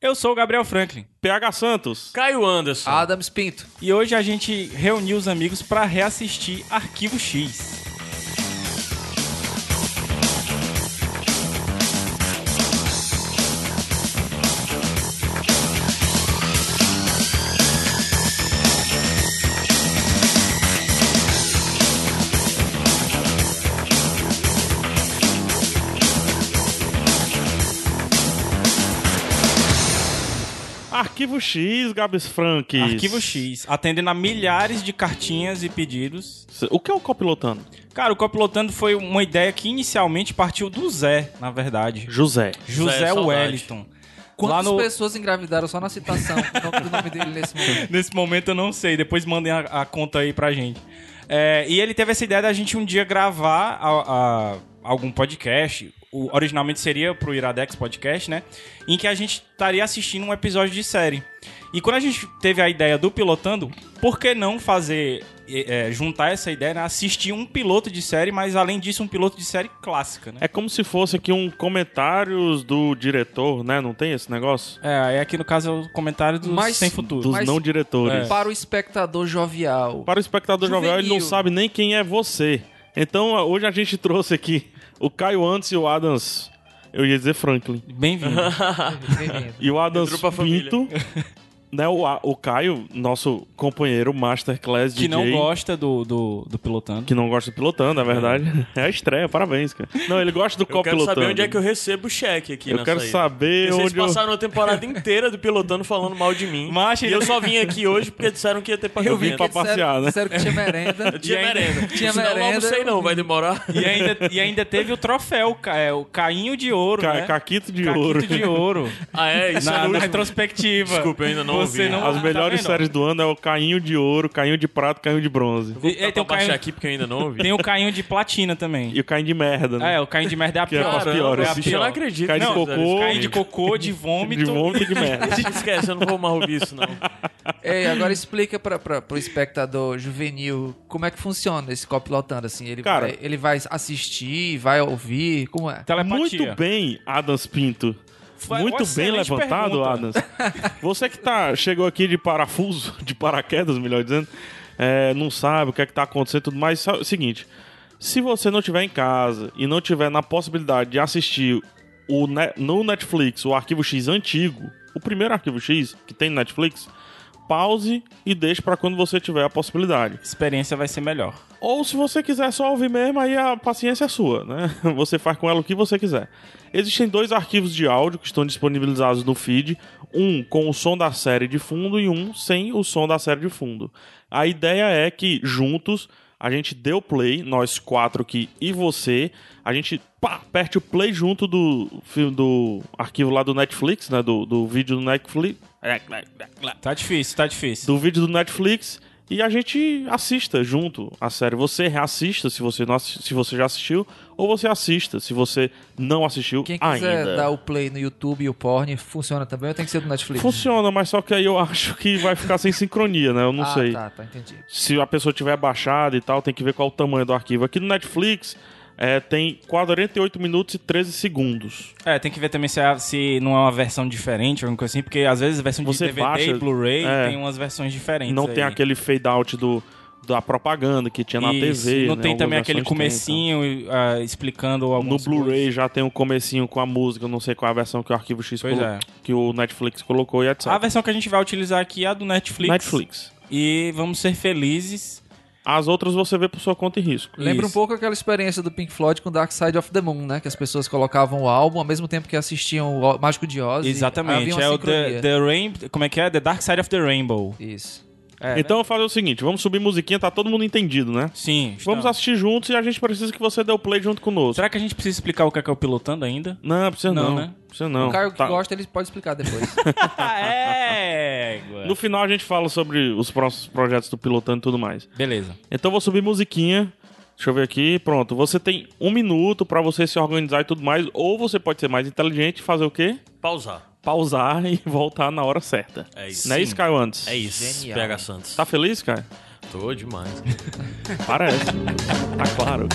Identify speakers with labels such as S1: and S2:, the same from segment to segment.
S1: Eu sou o Gabriel Franklin.
S2: PH Santos.
S3: Caio Anderson.
S4: Adams Pinto.
S1: E hoje a gente reuniu os amigos para reassistir Arquivo X.
S2: Arquivo X, Gabs Frank.
S1: Arquivo X, atendendo a milhares de cartinhas e pedidos.
S2: O que é o copilotando?
S1: Cara, o Copilotando foi uma ideia que inicialmente partiu do Zé, na verdade.
S2: José.
S1: José,
S3: Zé, saudade.
S1: Wellington. Lá
S4: Quantas
S1: no-
S4: pessoas engravidaram só na citação do nome dele nesse momento?
S1: Nesse momento eu não sei, depois mandem a, a conta aí pra gente. É, e ele teve essa ideia da gente um dia gravar a- a- algum podcast. O- originalmente seria pro Iradex Podcast, né? Em que a gente estaria assistindo um episódio de série. E quando a gente teve a ideia do pilotando, por que não fazer. é, é, juntar essa ideia, né? Assistir um piloto de série, mas além disso, um piloto de série clássica, né?
S2: É como se fosse aqui um comentários do diretor, né? Não tem esse negócio?
S1: É, aí aqui no caso é o comentário do
S4: Mas-
S1: Sem Futuro.
S2: Dos
S4: Mas-
S2: não diretores.
S3: é.
S4: Para o espectador jovial.
S2: Para o espectador
S4: Juvenil.
S2: jovial, ele não sabe nem quem é você. Então, hoje a gente trouxe aqui o Caio Antes e o Adams. Eu ia dizer Franklin.
S1: Bem-vindo.
S4: Bem-vindo.
S2: E o Adams
S3: Entrou pra família.
S2: Pinto. Né, o, A- o Caio, nosso companheiro Masterclass
S1: que
S2: DJ.
S1: não gosta do, do, do pilotando.
S2: Que não gosta do pilotando, é verdade. É a estreia, parabéns, cara. Não, ele gosta do
S3: Eu quero
S2: copilotando.
S3: saber onde é que eu recebo o cheque aqui
S2: Eu
S3: na
S2: quero
S3: saída.
S2: saber
S3: Porque Vocês
S2: onde eu-
S3: passaram a temporada inteira do pilotando falando mal de mim.
S1: Mas
S3: e
S1: ele-
S3: eu só vim aqui hoje porque disseram que ia ter pagamento.
S2: Eu vim pra passear, né?
S4: Disseram que tinha merenda.
S3: Eu tinha
S1: E ainda-
S3: merenda.
S4: Tinha
S3: Senão eu
S4: merenda.
S3: não sei não, vai demorar.
S1: E ainda, e ainda teve o troféu, ca- é, o cainho de ouro,
S2: Ca-
S1: né?
S2: Caquito de
S1: Caquito
S2: ouro.
S1: de ouro.
S3: Ah, é? Isso é
S1: na,
S3: no
S1: na
S3: último.
S1: retrospectiva.
S3: Desculpa, eu ainda não
S1: Você
S3: ouvi. né?
S1: não-
S2: As
S1: Ah,
S2: melhores
S1: tá vendo?
S2: séries do ano é o Cainho de Ouro, Cainho de Prata, Cainho de Bronze.
S3: Vou
S1: E- e
S3: botar
S1: tem o
S3: pra baixar
S1: Caio-
S3: aqui porque eu ainda não ouvi.
S1: Tem o cainho de platina também.
S2: E o Cainho de Merda,
S1: Ah,
S2: né?
S1: É, o cainho de merda é a
S2: Que é
S1: pior.
S2: as piores.
S1: é a
S3: bicho, eu
S1: pior.
S3: não acredito.
S2: Cai de
S3: nisso,
S2: cocô.
S3: velho.
S1: Cainho de cocô, de vômito.
S2: de vômito e de merda.
S3: Deixa- Esquece, eu não vou mais ouvir isso, não.
S4: Ei, agora explica pra, pra, pro espectador juvenil como é que funciona esse copilotando, assim. Ele,
S2: Cara-
S4: vai, ele vai assistir, vai ouvir, como é?
S1: Telepatia.
S2: Muito bem, Adams Pinto.
S1: Foi uma
S2: Muito bem
S1: excelente
S2: levantado,
S1: pergunta.
S2: Adams. Você que tá, chegou aqui de parafuso, de paraquedas, melhor dizendo, é, não sabe o que é que tá acontecendo e tudo mais. Sabe o seguinte, se você não tiver em casa e não tiver na possibilidade de assistir o ne- no Netflix o Arquivo X antigo, o primeiro Arquivo X que tem no Netflix, pause e deixe para quando você tiver a possibilidade.
S1: Experiência vai ser melhor.
S2: Ou se você quiser só ouvir mesmo, aí a paciência é sua, né? Você faz com ela o que você quiser. Existem dois arquivos de áudio que estão disponibilizados no feed, um com o som da série de fundo e um sem o som da série de fundo. A ideia é que juntos a gente dê o play, nós quatro aqui e você, a gente pá, aperte o play junto do fi- do arquivo lá do Netflix, né? Do, do vídeo do Netflix.
S1: Tá difícil, tá difícil.
S2: é, do vídeo do Netflix e a gente assista junto a série. Você reassista se você, não assi- se você já assistiu, ou você assista se você não assistiu
S4: Quem quiser
S2: ainda.
S4: dar o play no YouTube e o porn, funciona também ou tem que ser do Netflix?
S2: Funciona, mas só que aí eu acho que vai ficar sem sincronia, né? Eu não
S4: ah,
S2: sei.
S4: tá, tá, entendi.
S2: Se a pessoa tiver baixado e tal, tem que ver qual o tamanho do arquivo. Aqui no Netflix é, tem 48 minutos e 13 segundos.
S1: É, tem que ver também se, é- se não é uma versão diferente ou alguma coisa assim, porque às vezes a versão de
S2: Você
S1: DVD
S2: baixa-
S1: e Blu-ray
S2: é.
S1: tem umas versões diferentes.
S2: não
S1: aí.
S2: tem aquele fade out do, da propaganda que tinha na
S1: Isso,
S2: TV.
S1: Não
S2: né?
S1: tem
S2: Algumas
S1: também aquele
S2: versões tem, então.
S1: comecinho ah, explicando
S2: No
S1: algumas
S2: Blu-ray
S1: coisas.
S2: já tem um comecinho com a música, eu não sei qual é a versão que o Arquivo X
S1: Pois
S2: colo-
S1: é.
S2: que o Netflix colocou e etc.
S1: A versão que a gente vai utilizar aqui é a do Netflix.
S2: Netflix.
S1: E vamos ser felizes.
S2: As outras você vê por sua conta e risco.
S4: Lembra um
S1: Isso.
S4: pouco aquela experiência do Pink Floyd com Dark Side of the Moon, né? Que as pessoas colocavam o álbum ao mesmo tempo que assistiam o Mágico de Oz. e havia
S1: Exatamente.
S4: uma
S1: É o the,
S4: sincronia.
S1: the Rain... Como é que é? The Dark Side of the Rainbow.
S4: Isso.
S1: É,
S2: então eu vou fazer o seguinte, vamos subir musiquinha, tá todo mundo entendido, né?
S1: Sim.
S2: Vamos
S1: então.
S2: assistir juntos e a gente precisa que você dê o play junto conosco.
S1: Será que a gente precisa explicar o que é, que é o pilotando ainda?
S2: Não, precisa não.
S1: Não,
S2: Não,
S1: né?
S2: precisa não.
S4: o Caio que
S2: Tá.
S4: gosta, ele pode explicar depois.
S1: é!
S2: No final a gente fala sobre os próximos projetos do Pilotando e tudo mais.
S1: Beleza.
S2: Então eu vou subir musiquinha. Deixa eu ver aqui. Pronto, você tem um minuto pra você se organizar e tudo mais. Ou você pode ser mais inteligente e fazer o quê?
S3: Pausar.
S2: pausar e voltar na hora certa.
S3: É isso.
S2: Não é isso, Caio Antes?
S3: É isso.
S4: Genial.
S3: PH Santos.
S2: Tá feliz, Caio?
S3: Tô demais.
S2: Parece. tá claro.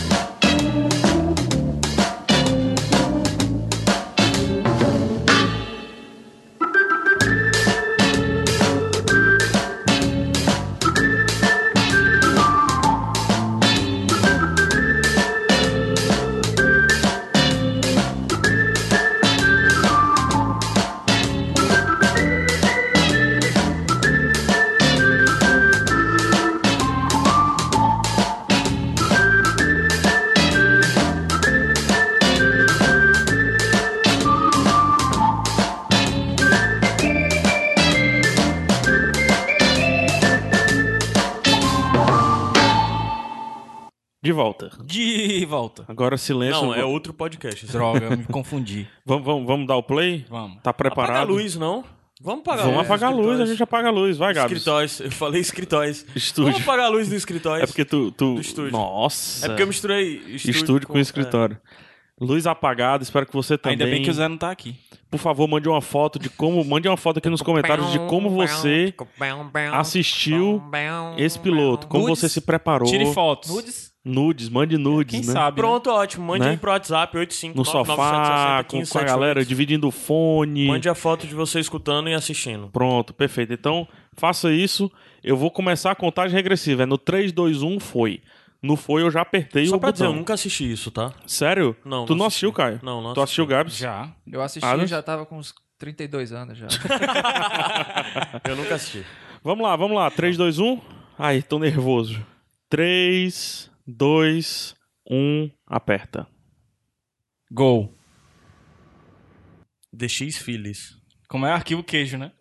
S2: De volta.
S1: De volta.
S2: Agora silêncio.
S3: Não, é outro podcast. isso.
S1: Droga, eu me confundi.
S2: Vamos, vamos, vamos dar o play?
S1: Vamos.
S2: Tá preparado?
S3: Apaga a luz, né, não? Vamos apagar
S2: Vamos
S3: a luz.
S2: apagar a luz, a
S3: escritórios.
S2: gente apaga a luz. Vai, Gabs.
S3: Escritórios. Eu falei escritórios.
S2: Estúdio.
S3: Vamos apagar a luz do escritório.
S2: É porque tu. tu...
S3: Do estúdio.
S2: Nossa.
S3: É porque eu misturei estúdio, é,
S2: estúdio, com, escritório. Luz apagada, espero que você também.
S1: Ainda bem que o Zé não tá aqui.
S2: Por favor, mande uma foto de como. Mande uma foto aqui nos comentários de como você assistiu esse piloto, como
S1: Nudes.
S2: você se preparou.
S1: Tire fotos.
S4: Nudes?
S2: Nudes, mande nudes,
S1: Quem
S2: né?
S1: sabe?
S3: É.
S1: né?
S3: Pronto, ótimo. Mande
S2: Né?
S3: aí pro WhatsApp 85
S2: No sofá, com, com a galera, dividindo o fone.
S3: Mande a foto de você escutando e assistindo.
S2: Pronto, perfeito. Então, faça isso. Eu vou começar a contagem regressiva. É no 3, 2, 1, foi. No foi, eu já apertei
S3: Só
S2: o
S3: pra dizer,
S2: botão.
S3: eu nunca assisti isso, tá?
S2: Sério?
S3: Não,
S2: Tu
S3: não
S2: não assistiu,
S3: assisti.
S2: Caio?
S3: Não, não
S2: Tu assistiu, Gabs?
S1: Já.
S4: Eu assisti
S2: Ah, não?
S4: e já tava com uns 32 anos já.
S3: Eu nunca assisti.
S2: Vamos lá, vamos lá. 3, 2, 1. Ai, tô nervoso. 3, 2, 1, aperta.
S1: Gol.
S3: DX Phillies.
S1: Como é arquivo queijo, né?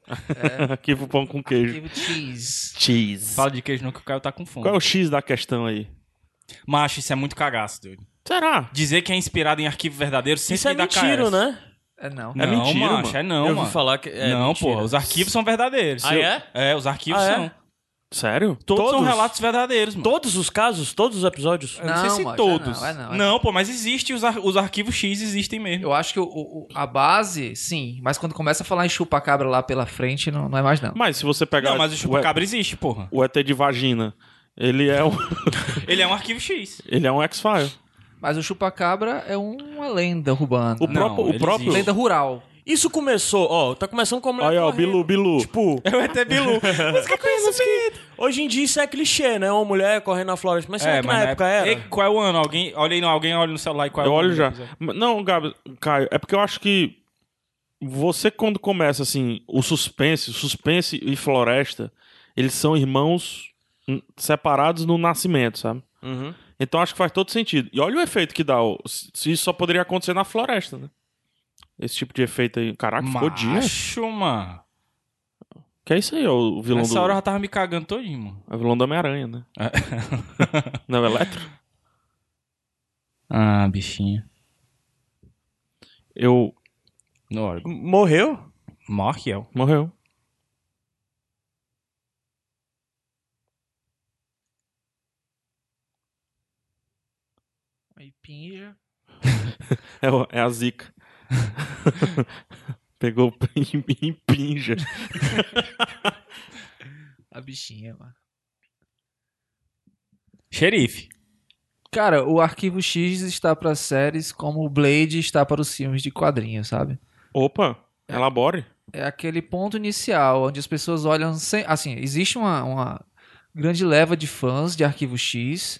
S2: Aqui pro pão com queijo.
S4: Arquivo cheese.
S2: Cheese.
S1: Fala de queijo não que o Caio tá com fome.
S2: Qual é o X da questão aí?
S1: Macho, isso é muito cagaço, dude.
S2: Será?
S1: Dizer que é inspirado em arquivo verdadeiro sempre
S3: Isso é
S1: me dá
S3: mentira,
S1: caras.
S3: né?
S4: É não.
S1: Não,
S2: É mentira,
S1: macho,
S2: mano.
S1: é não,
S3: eu
S1: mano.
S3: ouvi falar que. É
S1: não,
S3: mentira.
S1: porra, os arquivos são verdadeiros.
S3: Ah,
S1: Se eu-
S3: é?
S1: É, os arquivos
S3: Ah, é?
S1: são.
S2: Sério?
S1: Todos, são
S3: Todos?
S1: relatos verdadeiros, mano.
S3: Todos os casos, todos os episódios.
S1: Eu não, sei
S4: Não,
S1: se
S4: macho, é
S1: todos.
S4: não, é não, é
S1: pô, mas existe, os, ar- os arquivos X existem mesmo.
S4: Eu acho que o- o- o- a base, sim. Mas quando começa a falar em chupa-cabra lá pela frente, não, não é mais não.
S2: Mas se você pegar
S1: Não, mas o
S2: o,
S1: chupacabra existe, porra.
S2: o ET de vagina, ele é um,
S1: Ele é um arquivo X.
S2: ele é um X-File.
S4: Mas o chupa-cabra é uma lenda urbana. né?
S2: O
S1: Não,
S2: próprio, o
S1: ele
S2: próprio
S1: existe. Então,
S4: Lenda rural.
S3: Isso começou, ó, tá começando com a mulher
S2: Aí, ó,
S3: correndo.
S2: Bilu, Bilu.
S3: Tipo,
S1: É o ET Bilu. Mas que assim. coisa,
S3: hoje em dia isso é clichê, né? Uma mulher correndo na floresta. Mas será
S1: É,
S3: que
S1: mas
S3: na época era?
S1: Ei, qual é o ano? Alguém olha aí, não, alguém olha no celular e qual é
S2: eu
S1: o ano?
S2: olho já.
S1: do episódio?
S2: Mas Não, Gabi, Caio, é porque eu acho que você quando começa assim, o suspense, suspense e floresta, eles são irmãos hum, separados no nascimento, sabe?
S3: Uhum.
S2: Então acho que faz todo sentido. E olha o efeito que dá. ó, se- se Isso só poderia acontecer na floresta, né? Esse tipo de efeito aí. Caraca, ficou dia.
S1: Macho, mano.
S2: Que é isso aí, ó, o vilão
S1: Nessa
S2: do...
S1: hora eu já tava me cagando todinho, mano.
S2: É o vilão do Homem-Aranha, né?
S1: É.
S2: Não, é Electro?
S1: Ah, bichinho.
S2: Eu...
S1: No,
S3: Morreu?
S1: Morreu.
S2: Morreu.
S4: Aí pinja.
S2: É, o- é a zica. Pegou e impinja.
S4: A bichinha, mano.
S1: Xerife.
S4: Cara, o Arquivo X está para séries como o Blade está para os filmes de quadrinhos, sabe?
S2: Opa, elabore.
S4: É aquele ponto inicial onde as pessoas olham sem... Assim, existe uma, uma grande leva de fãs de Arquivo X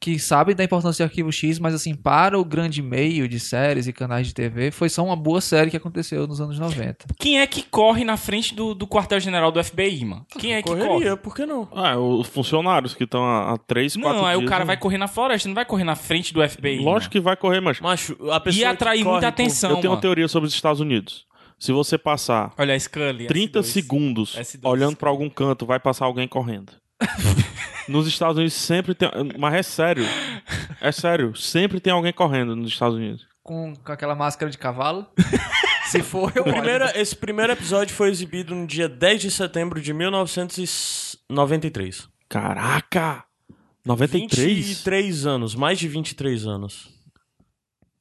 S4: que sabem da importância de Arquivo X, mas assim, para o grande meio de séries e canais de TV, foi só uma boa série que aconteceu nos anos 90.
S1: Quem é que corre na frente do, do quartel-general do FBI, mano? Quem é que corre?
S3: Correria, por que não?
S2: Ah, os funcionários que estão há há três, quatro
S1: Não, aí
S2: dias.
S1: o cara
S2: né?
S1: vai né? correr na floresta, não vai correr na frente do FBI.
S2: Lógico que vai correr, mas...
S3: Macho, a pessoa.
S1: Ia atrair
S3: que corre
S1: muita
S3: por-
S1: atenção.
S2: eu tenho uma
S1: mano.
S2: teoria sobre os Estados Unidos. Se você passar
S1: Olha, a Scully.
S2: 30
S1: S2.
S2: segundos
S1: S2.
S2: olhando pra algum canto, vai passar alguém correndo. nos Estados Unidos sempre tem... Mas é sério. É sério. Sempre tem alguém correndo nos Estados Unidos.
S4: Com, com aquela máscara de cavalo. Se for, eu olho.
S3: Primeira- esse primeiro episódio foi exibido no dia 10 de setembro de 1993.
S2: Caraca! 93?
S3: 23 anos, mais de 23 anos.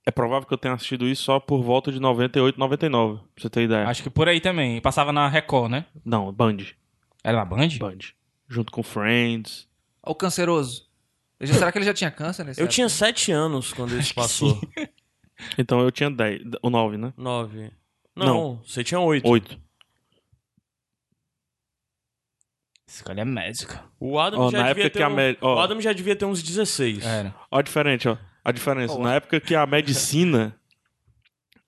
S2: É provável que eu tenha assistido isso só por volta de 98, 99, pra você ter ideia.
S1: Acho que por aí também. Passava na Record, né?
S2: Não, Band.
S1: Era na Band?
S2: Band. Junto com Friends.
S4: Olha o canceroso. Ele já- será que ele já tinha câncer nesse
S3: Eu tinha 7 anos quando isso passou.
S2: Então eu tinha 10, ou 9, né?
S3: 9. Não, você tinha 8.
S2: 8.
S1: Scully é médica.
S3: O Adam,
S2: Ó,
S3: já
S2: na
S3: devia
S2: época
S3: ter
S2: que a
S3: um-
S2: Mel- ó.
S3: o Adam já devia ter uns 16.
S1: Era.
S2: Ó a diferença, ó. A diferença. Na época que a medicina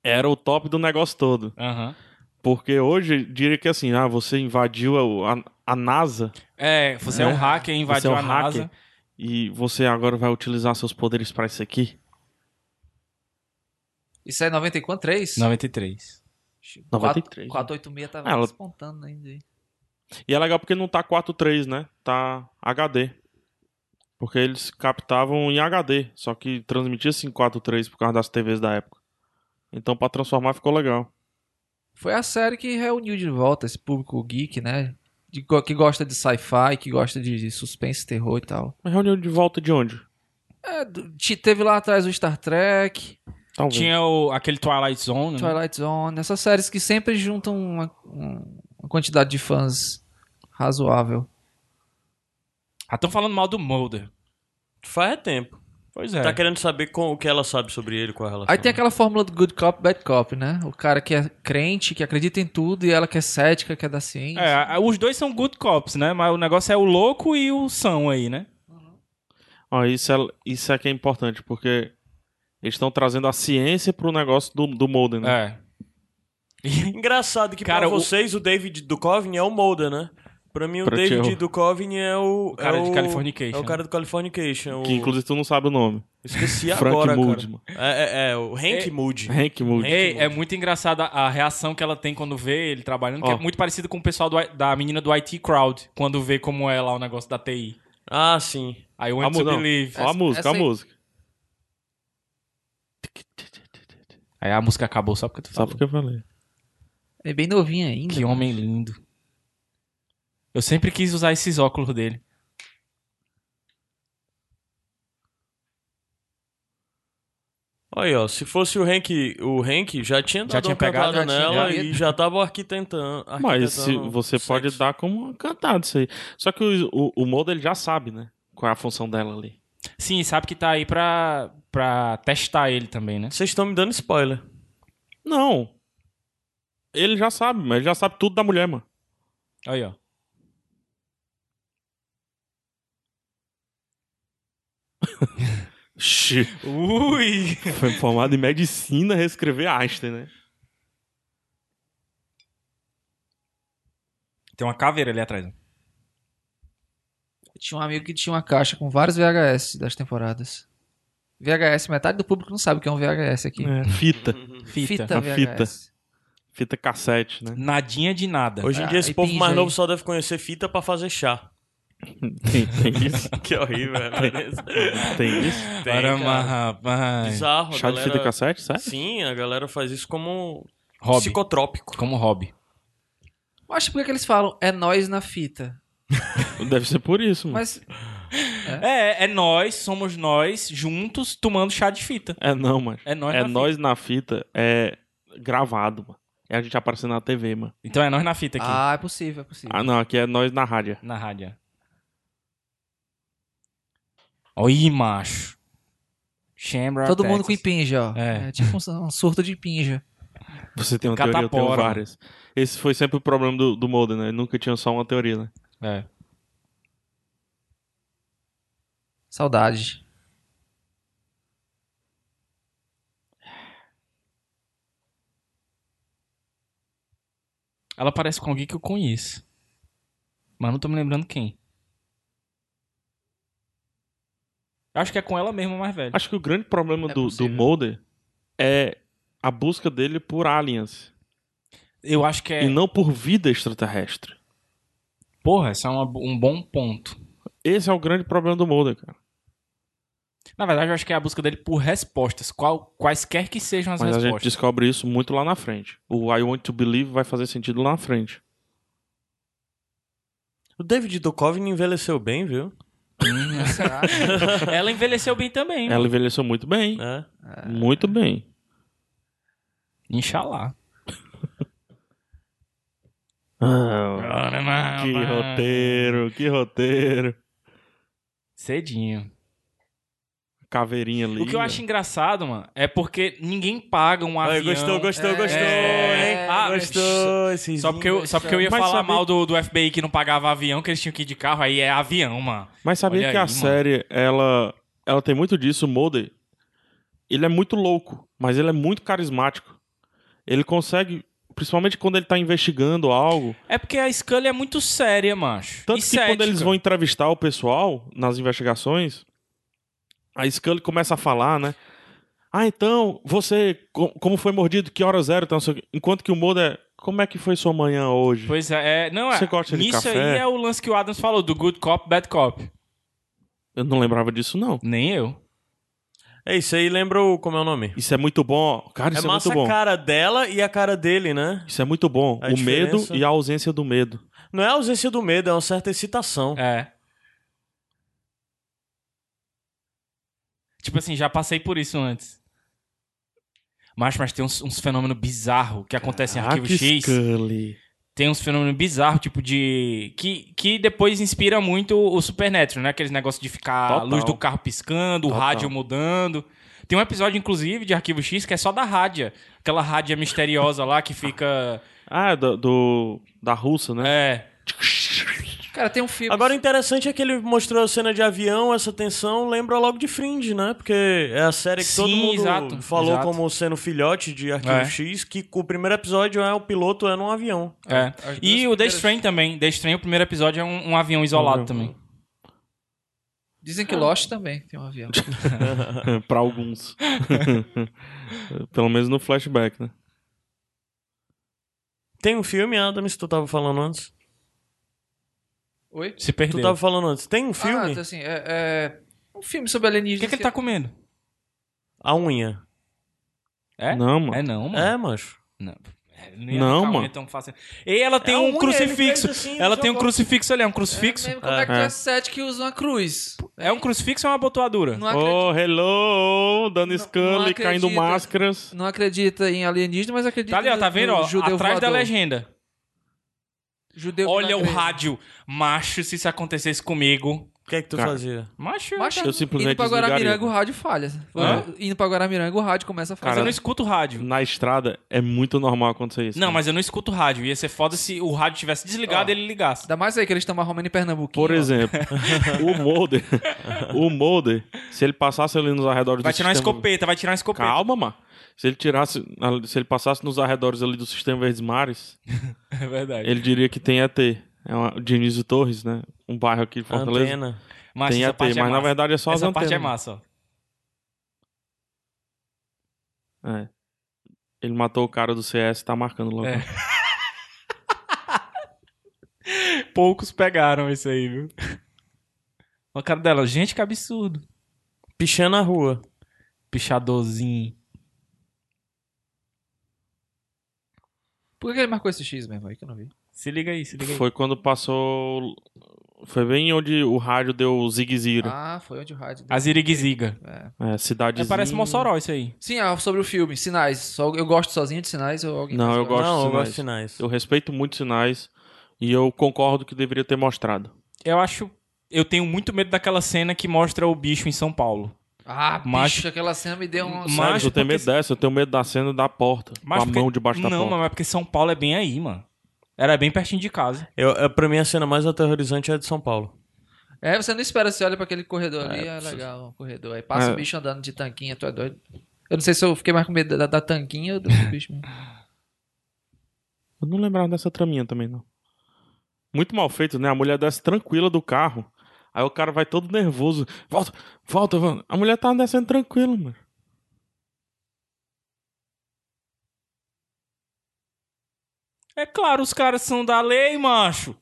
S2: era o top do negócio todo.
S1: Aham.
S2: Porque hoje diria que assim, ah, você invadiu a, a, a NASA
S1: É, você é, um hacker, invadiu
S2: Você é um
S1: a NASA.
S2: hacker. e você agora vai utilizar seus poderes pra isso aqui.
S4: Isso é 90 e quanto? 3?
S1: 93.
S2: 93,
S4: 486 tava
S2: Ah, ela-
S4: espontando ainda aí.
S2: E é legal porque não tá 4.3, né? Tá HD. Porque eles captavam em HD, só que transmitia 543 por causa das TVs da época. Então, pra transformar ficou legal.
S4: Foi a série que reuniu de volta esse público geek, né? De go- que gosta de sci-fi, que gosta de, de suspense, terror e tal.
S2: Mas reuniu de volta de onde?
S4: É, do- te- teve lá atrás o Star Trek,
S2: Talvez.
S1: Tinha o- aquele Twilight Zone, né?
S4: Twilight Zone, essas séries que sempre juntam uma, um- uma quantidade de fãs razoável.
S1: Ah, estão falando mal do Mulder.
S3: Faz é tempo.
S1: Pois é.
S3: Tá querendo saber com, o que ela sabe sobre ele, qual a relação.
S4: Aí tem aquela fórmula do good cop, bad cop, né? O cara que é crente, que acredita em tudo, e ela que é cética, que é da ciência.
S1: É, a- os dois são good cops, né? Mas o negócio é o louco e o são aí, né?
S2: Ó, isso, é, isso é que é importante, porque eles estão trazendo a ciência pro negócio do, do Molden, né?
S1: É.
S3: Engraçado que
S1: Cara,
S3: pra
S1: o-
S3: vocês o, David Duchovny é o Mulder, né? Pra mim o
S2: Pra ti é
S3: David
S2: o-
S3: Duchovny é o...
S1: O cara
S3: é
S1: de
S3: o-
S1: Californication.
S3: É o cara do
S1: É.
S3: Californication.
S2: Que
S3: o-
S2: inclusive tu não sabe o nome.
S3: Esqueci
S2: Frank
S3: agora,
S2: Moody,
S3: cara.
S2: mano.
S3: É, é, é, o Hank Moody.
S2: Hank Moody.
S1: Ei, é muito engraçada a reação que ela tem quando vê ele trabalhando, que
S2: Ó.
S1: é muito parecido com o pessoal do I- da menina do IT Crowd, quando vê como é lá o negócio da TI.
S3: Ah, sim.
S1: I
S2: A,
S1: want
S2: mu-
S1: to
S2: não,
S1: believe.
S2: ó a música,
S4: essa
S2: a
S4: aí-
S2: música.
S1: Aí a música acabou só porque tu
S2: Sabe o que eu falei?
S4: É bem novinha ainda.
S1: Que homem lindo. Eu sempre quis usar esses óculos dele.
S3: Olha aí, ó. Se fosse o Hank, o Hank já tinha dado
S1: Já tinha
S3: uma cantada
S1: pegado,
S4: já tinha
S3: nela
S4: pegado.
S3: e já tava arquitetando.
S2: Mas se
S3: arquitetando
S2: você
S3: tá sexo.
S2: pode dar como uma cantada isso aí. Só que o, o, o Mulder, ele já sabe, né? Qual é a função dela ali.
S1: Sim, sabe que tá aí pra, pra testar ele também, né?
S3: Vocês estão me dando spoiler.
S2: Não. Ele já sabe, mas ele já sabe tudo da mulher, mano.
S1: Aí, ó.
S2: Xi,
S1: Ui!
S2: Foi formado em medicina, reescrever Einstein, né?
S1: Tem uma caveira ali atrás. ó.
S4: Tinha um amigo que tinha uma caixa com vários VHS das temporadas. VHS, metade do público não sabe o que é um VHS aqui.
S2: É, fita.
S1: Fita.
S2: a
S4: VHS.
S2: Fita cassete, né?
S1: Nadinha de nada.
S3: Hoje em
S4: Ah,
S3: dia esse
S4: aí
S3: povo
S4: tem
S3: mais
S4: gente.
S3: novo só deve conhecer fita pra fazer chá.
S2: Tem, tem isso.
S3: Que horrível, é
S2: Tem isso.
S3: tem,
S1: Caramba,
S3: cara.
S1: rapaz.
S3: Bizarro, a
S2: Chá de
S3: galera...
S2: fita cassete, sério?
S3: Sim, a galera faz isso como
S1: é Hobby.
S3: psicotrópico.
S1: Como hobby.
S4: Eu acho que por que eles falam é nós na fita.
S2: Deve ser por isso,
S1: Hum,
S2: mano.
S4: Mas
S1: É, é nós, somos nós, juntos, tomando chá de fita.
S2: É não, mano.
S1: É nós
S2: É
S1: na
S2: nós na fita, é gravado, mano. É a gente aparecendo na TV, mano.
S1: fita. Então é nós na fita aqui.
S4: ah, é possível, é possível.
S2: Ah, não, aqui é nós na rádio.
S1: Na rádio. Oi, macho. Chamber
S4: Todo
S1: of
S4: mundo com
S1: Texas.
S4: impinja, ó.
S1: É.
S4: É, tipo um, um surto de impinja.
S2: Você tem uma teoria, eu tenho
S1: Catapora.
S2: várias. Esse foi sempre o problema do, do Mulder, né? Ele nunca tinha só uma teoria, né?
S1: É.
S4: Saudade.
S1: Ela parece com alguém que eu conheço. Mas não tô me lembrando quem. Eu Acho que é com ela mesma mais velha.
S2: Acho que o grande problema
S4: É
S2: do, do
S4: possível.
S2: Mulder é a busca dele por aliens.
S1: Eu acho que é.
S2: E não por vida extraterrestre.
S1: Porra, isso é uma- um bom ponto.
S2: Esse é o grande problema do Mulder, cara.
S1: Na verdade, eu acho que é a busca dele por respostas. Qual, quaisquer que sejam as
S2: Mas a gente
S1: respostas.
S2: descobre isso muito lá na frente. O I Want to Believe vai fazer sentido lá na frente.
S3: O David Duchovny envelheceu bem, viu?
S1: Hum,
S4: Será?
S1: ela envelheceu bem também.
S2: Ela envelheceu muito bem.
S3: É.
S2: Muito bem.
S1: Inxalá.
S2: Ah, que roteiro, que roteiro.
S1: Cedinho.
S2: Caveirinha ali.
S1: O que eu
S2: ó.
S1: acho engraçado, mano, é porque ninguém paga
S2: Ah,
S1: um
S3: Olha,
S1: avião.
S3: gostou, gostou,
S4: É.
S3: gostou, hein?
S1: Ah,
S3: gostou. esses
S1: Só porque eu, só porque eu ia
S2: Mas
S1: falar
S2: sabe-
S1: mal do, do FBI que não pagava avião, que eles tinham que ir de carro, aí é avião, mano.
S2: Mas sabia
S1: Olha
S2: que a
S1: aí, mano.
S2: série, ela, ela tem muito disso. O Mulder, ele é muito louco, mas ele é muito carismático. Ele consegue, principalmente quando ele tá investigando algo.
S1: É porque a Scully é muito séria, macho.
S2: Tanto
S1: E
S2: que quando
S1: cética.
S2: eles vão entrevistar o pessoal nas investigações, a Scully começa a falar, né? Ah, então, você, co- como foi mordido, que hora zero, então, não sei o quê. enquanto que o Mulder é, como é que foi sua manhã hoje?
S1: Pois é, é- não é.
S2: Você gosta de
S1: nisso
S2: café?
S1: aí é o lance que o Adams falou, do good cop, bad cop.
S2: Eu não lembrava disso, não.
S1: Nem eu.
S3: É isso aí, lembra o, como é o nome?
S2: Isso é muito bom. Cara,
S3: é
S2: isso é,
S3: massa
S2: muito bom.
S3: a cara dela e a cara dele, né?
S2: Isso é muito bom.
S3: A
S2: o
S3: diferença-
S2: medo e a ausência do medo.
S3: Não é a ausência do medo, é uma certa excitação.
S1: É. Tipo assim, já passei por isso antes. Mas, mas tem uns, uns fenômenos bizarros que acontecem em Arquivo
S2: Caraca,
S1: X.
S2: Scully.
S1: Tem uns fenômenos bizarros, tipo de. Que, que depois inspira muito o Supernatural, né? Aqueles negócios de ficar a
S2: Total.
S1: luz do carro piscando, o
S2: Total.
S1: rádio mudando. Tem um episódio, inclusive, de Arquivo X que é só da rádia. Aquela rádia misteriosa lá que fica.
S2: Ah, do, do- da russa, né?
S1: É.
S4: Cara, tem um filme.
S3: Agora, o interessante é que ele mostrou a cena de avião, essa tensão lembra logo de Fringe, né? Porque é a série que todo
S1: Sim,
S3: mundo
S1: exato,
S3: falou
S1: exato.
S3: como sendo filhote de Arquivo
S1: É.
S3: X, que o primeiro episódio é o piloto é num avião.
S1: É.
S4: As duas
S1: E o The
S4: primeiras-
S1: Strain também. The Strain, o primeiro episódio é um, um avião isolado também.
S4: Dizem que Lost também tem um avião.
S2: pra alguns. Pelo menos no flashback, né?
S3: Tem um filme, Adams, tu tava falando antes?
S4: Oi?
S1: Se
S3: Tu
S1: perdeu.
S3: tava falando antes. Tem um
S4: Ah,
S3: filme?
S4: tá assim, é, é um filme sobre
S1: O que,
S4: alienígenas.
S1: é que ele tá comendo?
S3: A unha.
S1: É?
S2: Não, mano.
S1: É não, mano.
S3: É, macho.
S1: Não, É, nem
S2: Não,
S1: arrancar a unha
S2: mano.
S1: tão fácil. E ela tem
S3: É a unha,
S1: um
S3: ele
S1: crucifixo.
S3: fez assim,
S1: ela
S3: jogou.
S1: tem um crucifixo ali, é um
S4: É
S1: crucifixo.
S4: mesmo, como é que
S2: É.
S4: é sete que usa uma cruz?
S1: É, um crucifixo ou é uma botoadura?
S4: Não acredito.
S2: Oh, hello! Dando
S4: Não- não
S2: Scully,
S4: acredito.
S2: caindo máscaras.
S4: Não acredita em alienígena, mas acredita
S1: Tá ali, ó,
S4: no-
S1: tá vendo?
S4: no
S1: Ó,
S4: judeu
S1: atrás da
S4: voador.
S1: legenda.
S4: Judeu que
S1: Olha
S4: não
S1: o
S4: acredita.
S1: rádio. Macho, se isso acontecesse comigo.
S3: O que é que tu
S2: Cara.
S3: fazia?
S1: Macho,
S4: Mas
S2: Eu simplesmente
S4: indo pra
S2: desligaria.
S4: Guaramiranga o rádio falha.
S1: Hã?
S4: Indo pra Guaramiranga o rádio começa a
S1: mas eu
S4: falhar.
S1: não escuto rádio.
S2: Na estrada é muito normal acontecer isso.
S1: Não,
S2: né?
S1: mas eu não escuto rádio. Ia ser foda se o rádio tivesse desligado e ele ligasse.
S4: Ainda mais aí que eles estão marromendo em Pernambuco.
S2: Por exemplo, o Mulder, o Mulder, se ele passasse ali nos arredores
S1: Vai
S2: do
S1: tirar uma
S2: sistema...
S1: escopeta, vai tirar uma escopeta.
S2: Calma, mano. Se ele tirasse, se ele passasse nos arredores ali do sistema Verdes Mares,
S1: É verdade.
S2: ele diria que tem ET. É uma Dionísio Torres, né? Um bairro aqui de Fortaleza.
S3: Antena.
S1: Mas
S2: Tem
S1: essa
S2: ET,
S1: parte
S2: mas
S1: é
S2: na
S1: massa.
S2: verdade é só as
S1: Essa
S2: antenas.
S1: parte é massa, ó.
S2: É. Ele matou o cara do CS, tá marcando logo.
S1: É. Poucos pegaram isso aí, viu? Olha a cara dela. Gente, que absurdo.
S3: Pichando na rua.
S1: Pichadorzinho.
S4: Por que ele marcou esse X mesmo aí que eu não vi?
S1: Se liga aí, se liga aí.
S2: Foi quando passou. Foi bem onde o rádio deu zigue-zira.
S4: Ah, foi onde o rádio.
S1: A ziriguiziga.
S2: É, cidadezinha.
S1: É, parece Mossoró isso aí.
S4: Sim, ah, sobre o filme, sinais. Só, eu gosto sozinho de sinais ou alguém
S2: Não,
S4: mais
S2: eu
S4: gosta?
S2: gosto
S3: Não,
S2: de
S3: eu gosto de sinais.
S2: Eu respeito muito sinais e eu concordo que deveria ter mostrado.
S1: Eu acho. Eu tenho muito medo daquela cena que mostra o bicho em São Paulo.
S4: Ah, bicho,
S1: Mas-
S4: aquela cena me deu um.
S1: Mas
S2: Mas eu tenho
S1: porque-
S2: medo dessa, eu tenho medo da cena da porta. com a
S1: porque-
S2: mão debaixo da
S1: Não,
S2: porta.
S1: mas é porque São Paulo é bem aí, mano. Era bem pertinho de casa.
S3: Eu, é, pra mim, a cena mais aterrorizante é a de São Paulo.
S4: É, você não espera, você olha pra aquele corredor ali, é, legal, um corredor. Aí passa
S2: É.
S4: o bicho andando de tanquinha, tu é doido. Eu não sei se eu fiquei mais com medo da, da tanquinha ou do bicho mesmo.
S2: Eu não lembrava dessa traminha também, não. Muito mal feito, né? A mulher desce tranquila do carro. Aí o cara vai todo nervoso. Volta, volta, volta. A mulher tá descendo tranquila, mano.
S1: É claro, os caras são da lei, macho.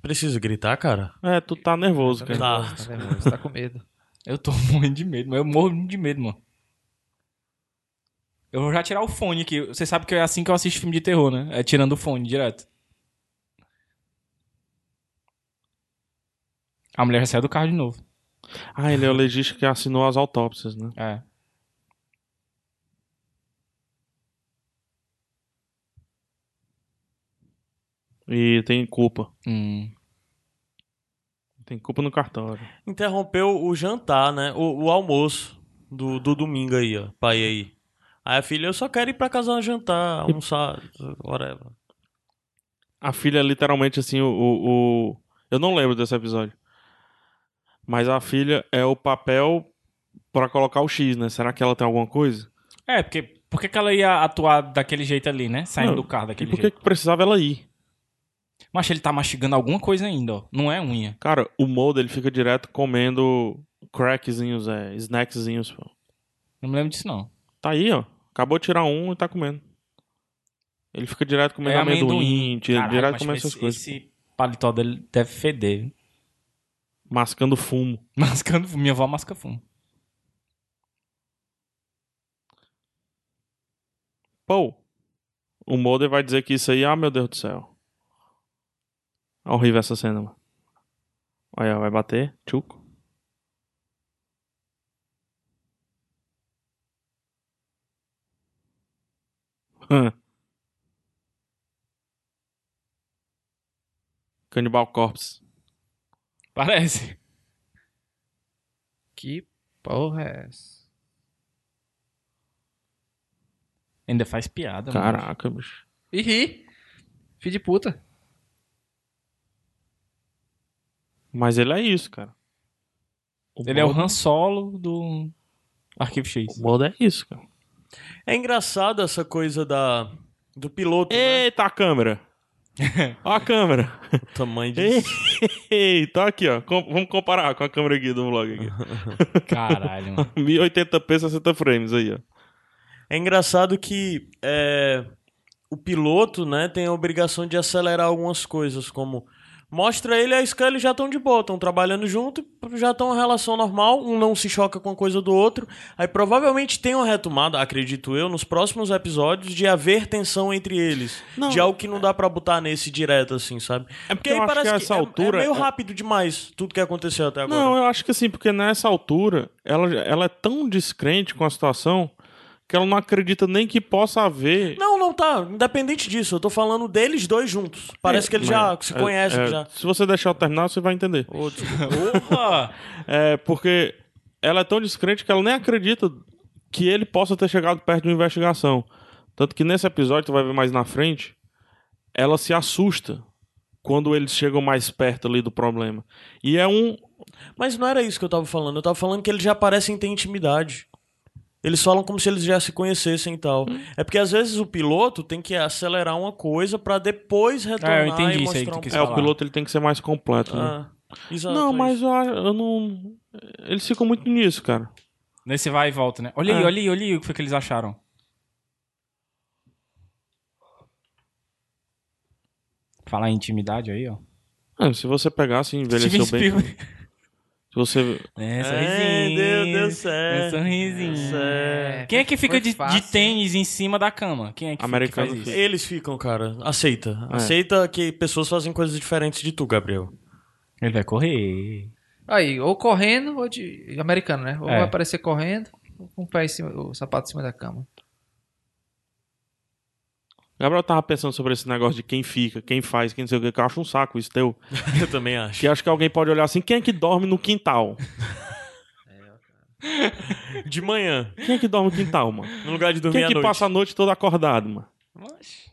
S3: Preciso gritar, cara?
S2: É, tu tá nervoso, cara.
S3: Tá.
S4: Tá nervoso, tá com medo.
S1: Eu tô morrendo de medo, mas eu morro de medo, mano. Eu vou já tirar o fone aqui. Você sabe que é assim que eu assisto filme de terror, né? É tirando o fone direto. A mulher já saiu do carro de novo.
S2: Ah, ele é o legista que assinou as autópsias, né?
S1: É.
S2: E tem culpa.
S1: Hum.
S2: Tem culpa no cartório.
S3: Interrompeu o jantar, né? O, o almoço do, do domingo aí, ó. Pai aí. Aí a filha, eu só quero ir pra casa jantar, almoçar, whatever.
S2: A filha é literalmente assim, o, o, o- Eu não lembro desse episódio. Mas a filha é o papel pra colocar o X, né? Será que ela tem alguma coisa?
S1: É, porque por que que ela ia atuar daquele jeito ali, né? Saindo
S2: Não,
S1: do carro
S2: E
S1: daquele
S2: por que,
S1: jeito.
S2: que precisava ela ir?
S1: Mas ele tá mastigando alguma coisa ainda, ó. Não é unha.
S2: Cara, o Mulder, ele fica direto comendo crackzinhos, é, snackzinhos, pô.
S1: Não me lembro disso, não.
S2: Tá aí, ó. Acabou de tirar um e tá comendo. Ele fica direto comendo
S1: é
S2: amendoim, tira-
S1: Caralho,
S2: direto
S1: mas
S2: comendo
S1: esse,
S2: essas coisas.
S1: Esse paletó dele deve feder. viu?
S2: mascando fumo.
S1: Mascando fumo. Minha avó masca fumo.
S2: Pô, o Mulder vai dizer que isso aí, ah, meu Deus do céu. É horrível essa cena, mano. Olha, vai bater, tchuco. Hã. Cannibal Corpse.
S1: Parece.
S4: Que porra é essa?
S1: Ainda faz piada, mano.
S2: Caraca, bicho.
S4: Ih, ri. Filho de puta.
S2: Mas ele é isso, cara.
S1: Ele é o
S2: Mulder-
S1: Han Solo do Arquivo X.
S2: O Mulder é isso, cara.
S1: Né?
S3: É engraçado essa coisa da do piloto, né?
S2: Eita, a câmera. Ó a câmera.
S3: O tamanho de
S2: Eita, tá aqui, ó. Com- vamos comparar com a câmera aqui do vlog aqui.
S1: Caralho, mano.
S2: 1080p, 60 frames aí, ó.
S3: É engraçado que é, o piloto, né, tem a obrigação de acelerar algumas coisas, como mostra ele e a Scully já estão de boa, estão trabalhando junto, já estão em relação normal, um não se choca com a coisa do outro. Aí provavelmente tem uma retomada, acredito eu, nos próximos episódios de haver tensão entre eles,
S2: Não.
S3: de algo que não dá pra botar nesse direto assim, sabe?
S2: É porque eu acho que a essa
S3: é-
S2: altura
S3: é, meio
S2: é-
S3: rápido demais tudo que aconteceu até agora.
S2: Não, eu acho que assim, porque nessa altura ela, ela é tão descrente com a situação que ela não acredita nem que possa haver.
S3: Não, não tá. Independente disso, eu tô falando deles dois juntos. Parece que eles já
S2: Mas,
S3: se
S2: é,
S3: conhecem,
S2: é,
S3: que já.
S2: Se você deixar eu terminar, você vai entender.
S1: Opa!
S2: É porque ela é tão descrente que ela nem acredita que ele possa ter chegado perto de uma investigação. Tanto que nesse episódio, tu vai ver mais na frente, ela se assusta quando eles chegam mais perto ali do problema. E é um.
S3: Mas não era isso que eu tava falando. Eu tava falando que eles já parecem ter intimidade. Eles falam como se eles já se conhecessem e tal.
S1: Hum.
S3: É porque às vezes o piloto tem que acelerar uma coisa pra depois retornar
S1: Ah, eu entendi
S3: e
S1: isso aí que tu
S3: mostrar um...
S1: quis Hum.
S2: É,
S1: falar.
S2: o piloto ele tem que ser mais completo. né?
S3: Ah, exato,
S2: não,
S3: é
S2: mas
S3: isso.
S2: eu, acho- eu não. Eles ficam muito nisso, cara.
S1: Nesse vai e volta, né? Olha aí,
S2: Ah.
S1: olha aí, olha aí o que foi que eles acharam. Falar em intimidade aí, ó.
S2: Ah, se você pegar, assim, envelheceu bem. Se você.
S1: É,
S3: É,
S1: sorrisinho.
S3: deu, deu
S2: é.
S1: Um
S3: certo.
S1: sorrisinho.
S3: certo.
S1: Quem é que fica
S4: Foi
S1: de, de
S4: fácil,
S1: tênis em cima da cama? Quem é que, fica, que
S2: Americano
S1: faz isso?
S2: fica.
S3: Eles ficam, cara. Aceita.
S2: É.
S3: Aceita que pessoas fazem coisas diferentes de tu, Gabriel.
S1: Ele vai correr.
S4: Aí, ou correndo, ou de. Americano, né? Ou
S1: É.
S4: vai aparecer correndo, ou com o pé em cima, o sapato em cima da cama.
S2: Gabriel tava pensando sobre esse negócio de quem fica, quem faz, quem não sei o que, que eu acho um saco isso teu.
S3: Eu também acho.
S2: Que acho que alguém pode olhar assim, quem é que dorme no quintal?
S3: De manhã,
S2: Quem é que dorme no quintal, mano?
S3: no lugar de dormir
S2: Quem é
S3: à
S2: que
S3: noite.
S2: passa a noite toda acordado, mano?
S1: Mas,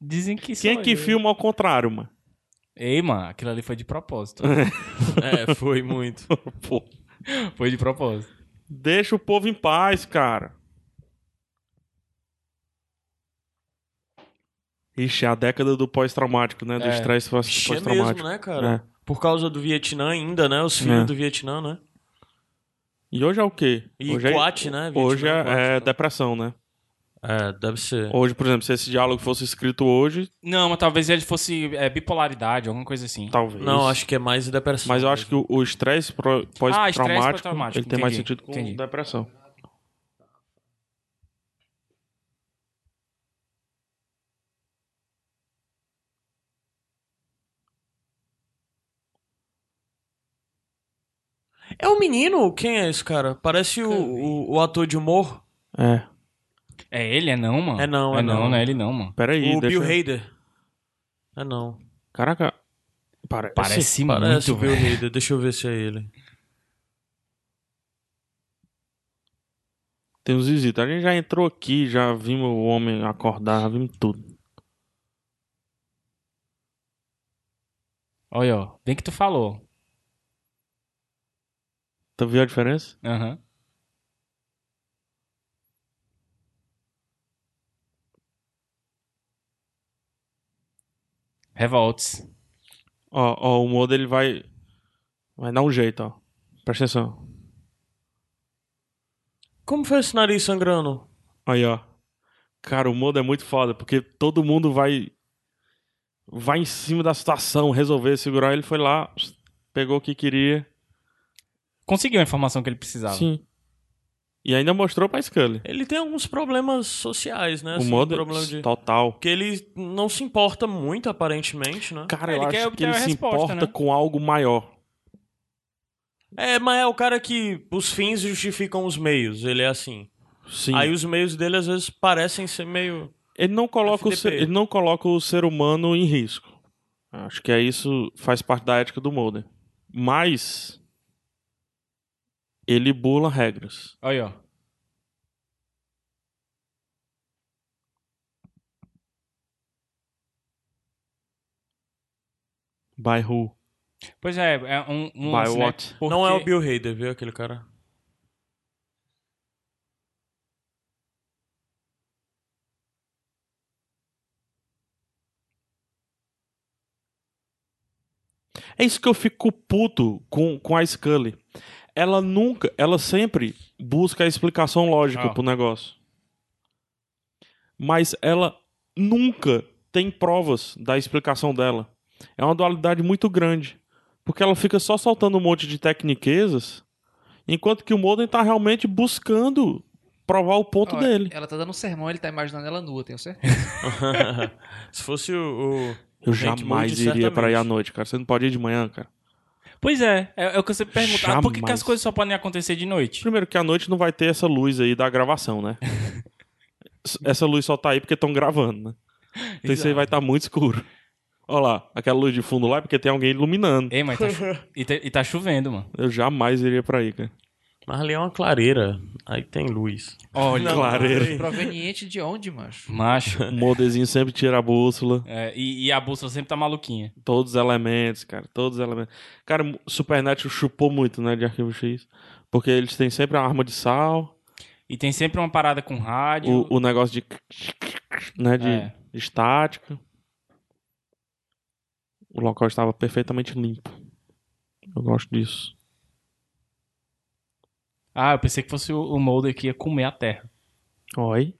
S1: dizem que
S2: Quem é
S1: sou
S2: que
S1: eu.
S2: filma ao contrário, mano?
S1: Ei, mano, aquilo ali foi de propósito.
S3: É, foi muito.
S2: Pô,
S1: foi de propósito.
S2: deixa o povo em paz, cara. Ixi, é a década do pós-traumático, né? Do
S1: É.
S2: estresse
S3: Ixi, é
S2: pós-traumático.
S3: mesmo, né, cara? Por causa do Vietnã ainda, né? Os filhos
S2: É.
S3: do Vietnã, né?
S2: E hoje é o quê?
S3: E
S2: hoje é-
S3: Coate, né? Vietnã,
S2: Hoje é,
S3: Coate,
S2: é
S3: né?
S2: depressão, né?
S3: É, deve ser.
S2: Hoje, por exemplo, se esse diálogo fosse escrito hoje,
S1: Não, mas talvez ele fosse é, bipolaridade, alguma coisa assim.
S2: talvez.
S3: Não, acho que é mais depressão.
S2: Mas eu acho que o o estresse pro-
S1: Ah, estresse
S2: pós-traumático
S1: pós-traumático,
S2: ele tem mais
S1: entendi,
S2: sentido com
S1: entendi.
S2: depressão.
S3: É o menino? Quem é esse cara? Parece o, o, o ator de humor.
S2: É.
S1: É ele? É não, mano?
S3: É não, é
S1: é não.
S3: não.
S1: não é ele não, mano.
S2: Peraí,
S3: o
S2: deixa
S3: Bill
S2: eu-
S3: Hader. É não.
S2: Caraca. Parece.
S1: Parece
S3: Parece
S1: muito,
S3: o Bill
S1: velho.
S3: Hader. Deixa eu ver se é ele.
S2: Tem uns visitas. A gente já entrou aqui, já vimos o homem acordar, já vimos tudo.
S1: Olha, ó. Bem que tu falou.
S2: Tá viu a diferença?
S1: Aham. Revolts.
S2: Ó, ó, o modo ele vai. Vai dar um jeito, ó. Presta atenção.
S3: Como foi esse nariz sangrando?
S2: Aí, ó. Cara, o modo é muito foda, porque todo mundo vai. Vai em cima da situação, resolver segurar. Ele foi lá, pegou o que queria.
S1: Conseguiu a informação que ele precisava.
S2: Sim. E ainda mostrou pra Scully.
S3: Ele tem alguns problemas sociais, né?
S2: o
S3: Assim,
S1: um
S2: modo
S3: problema de...
S2: total.
S3: Que ele não se importa muito, aparentemente, né?
S2: Cara,
S1: Ele
S2: eu
S1: quer
S2: acho que
S1: obter
S2: ele
S1: a
S2: se
S1: resposta,
S2: importa
S1: né?
S2: com algo maior.
S3: É, mas é o cara que os fins justificam os meios, ele é assim.
S2: Sim.
S3: Aí os meios dele às vezes parecem ser meio.
S2: Ele não coloca, o
S3: FDP.
S2: ser, ele não coloca o ser humano em risco. Acho que é isso faz parte da ética do Mulder. Mas ele bula regras.
S1: Olha aí, ó.
S2: By who?
S1: Pois é, é um, um
S2: By
S1: lance, né?
S2: what?
S1: Porque-
S3: Não é o Bill Hader, viu, aquele cara?
S2: É isso que eu fico puto com, com a Scully. Ela nunca, ela sempre busca a explicação lógica
S1: Ah.
S2: pro negócio. Mas ela nunca tem provas da explicação dela. É uma dualidade muito grande. Porque ela fica só soltando um monte de tecniquezas, enquanto que o Modem tá realmente buscando provar o ponto
S4: Olha,
S2: dele.
S4: Ela tá dando um sermão, ele tá imaginando ela nua, tenho certeza.
S3: Se fosse o. o-
S2: Eu
S3: Gente,
S2: jamais
S3: muito
S2: iria pra aí à
S3: certamente.
S2: noite, cara. Você não pode ir de manhã, cara.
S1: Pois é, é, é o que eu sempre pergunto. Ah, por que, que
S2: Jamais.
S1: as coisas só podem acontecer de noite?
S2: Primeiro que à noite não vai ter essa luz aí da gravação, né? S- essa luz só tá aí porque estão gravando, né? Então isso aí
S1: Exato.
S2: vai estar muito escuro. Olha lá, aquela luz de fundo lá é porque tem alguém iluminando.
S1: Ei, mas tá cho- e, tá, e tá chovendo, mano.
S2: Eu jamais iria pra aí, cara.
S3: Mas ali é uma clareira. Aí tem luz.
S1: Olha,
S2: Clareiro.
S4: Proveniente de onde, macho?
S1: macho.
S2: O modezinho sempre tira a bússola.
S1: É, e, e a bússola sempre tá maluquinha.
S2: Todos os elementos, cara. Todos os elementos. Cara, o Supernatural chupou muito, né, de Arquivo X. Porque eles têm sempre a arma de sal,
S1: E tem sempre uma parada com rádio.
S2: o, o negócio de... Né, de
S1: É.
S2: estática. O local estava perfeitamente limpo. Eu gosto disso.
S1: Ah, eu pensei que fosse o, o Mulder que ia comer a terra.
S2: Oi.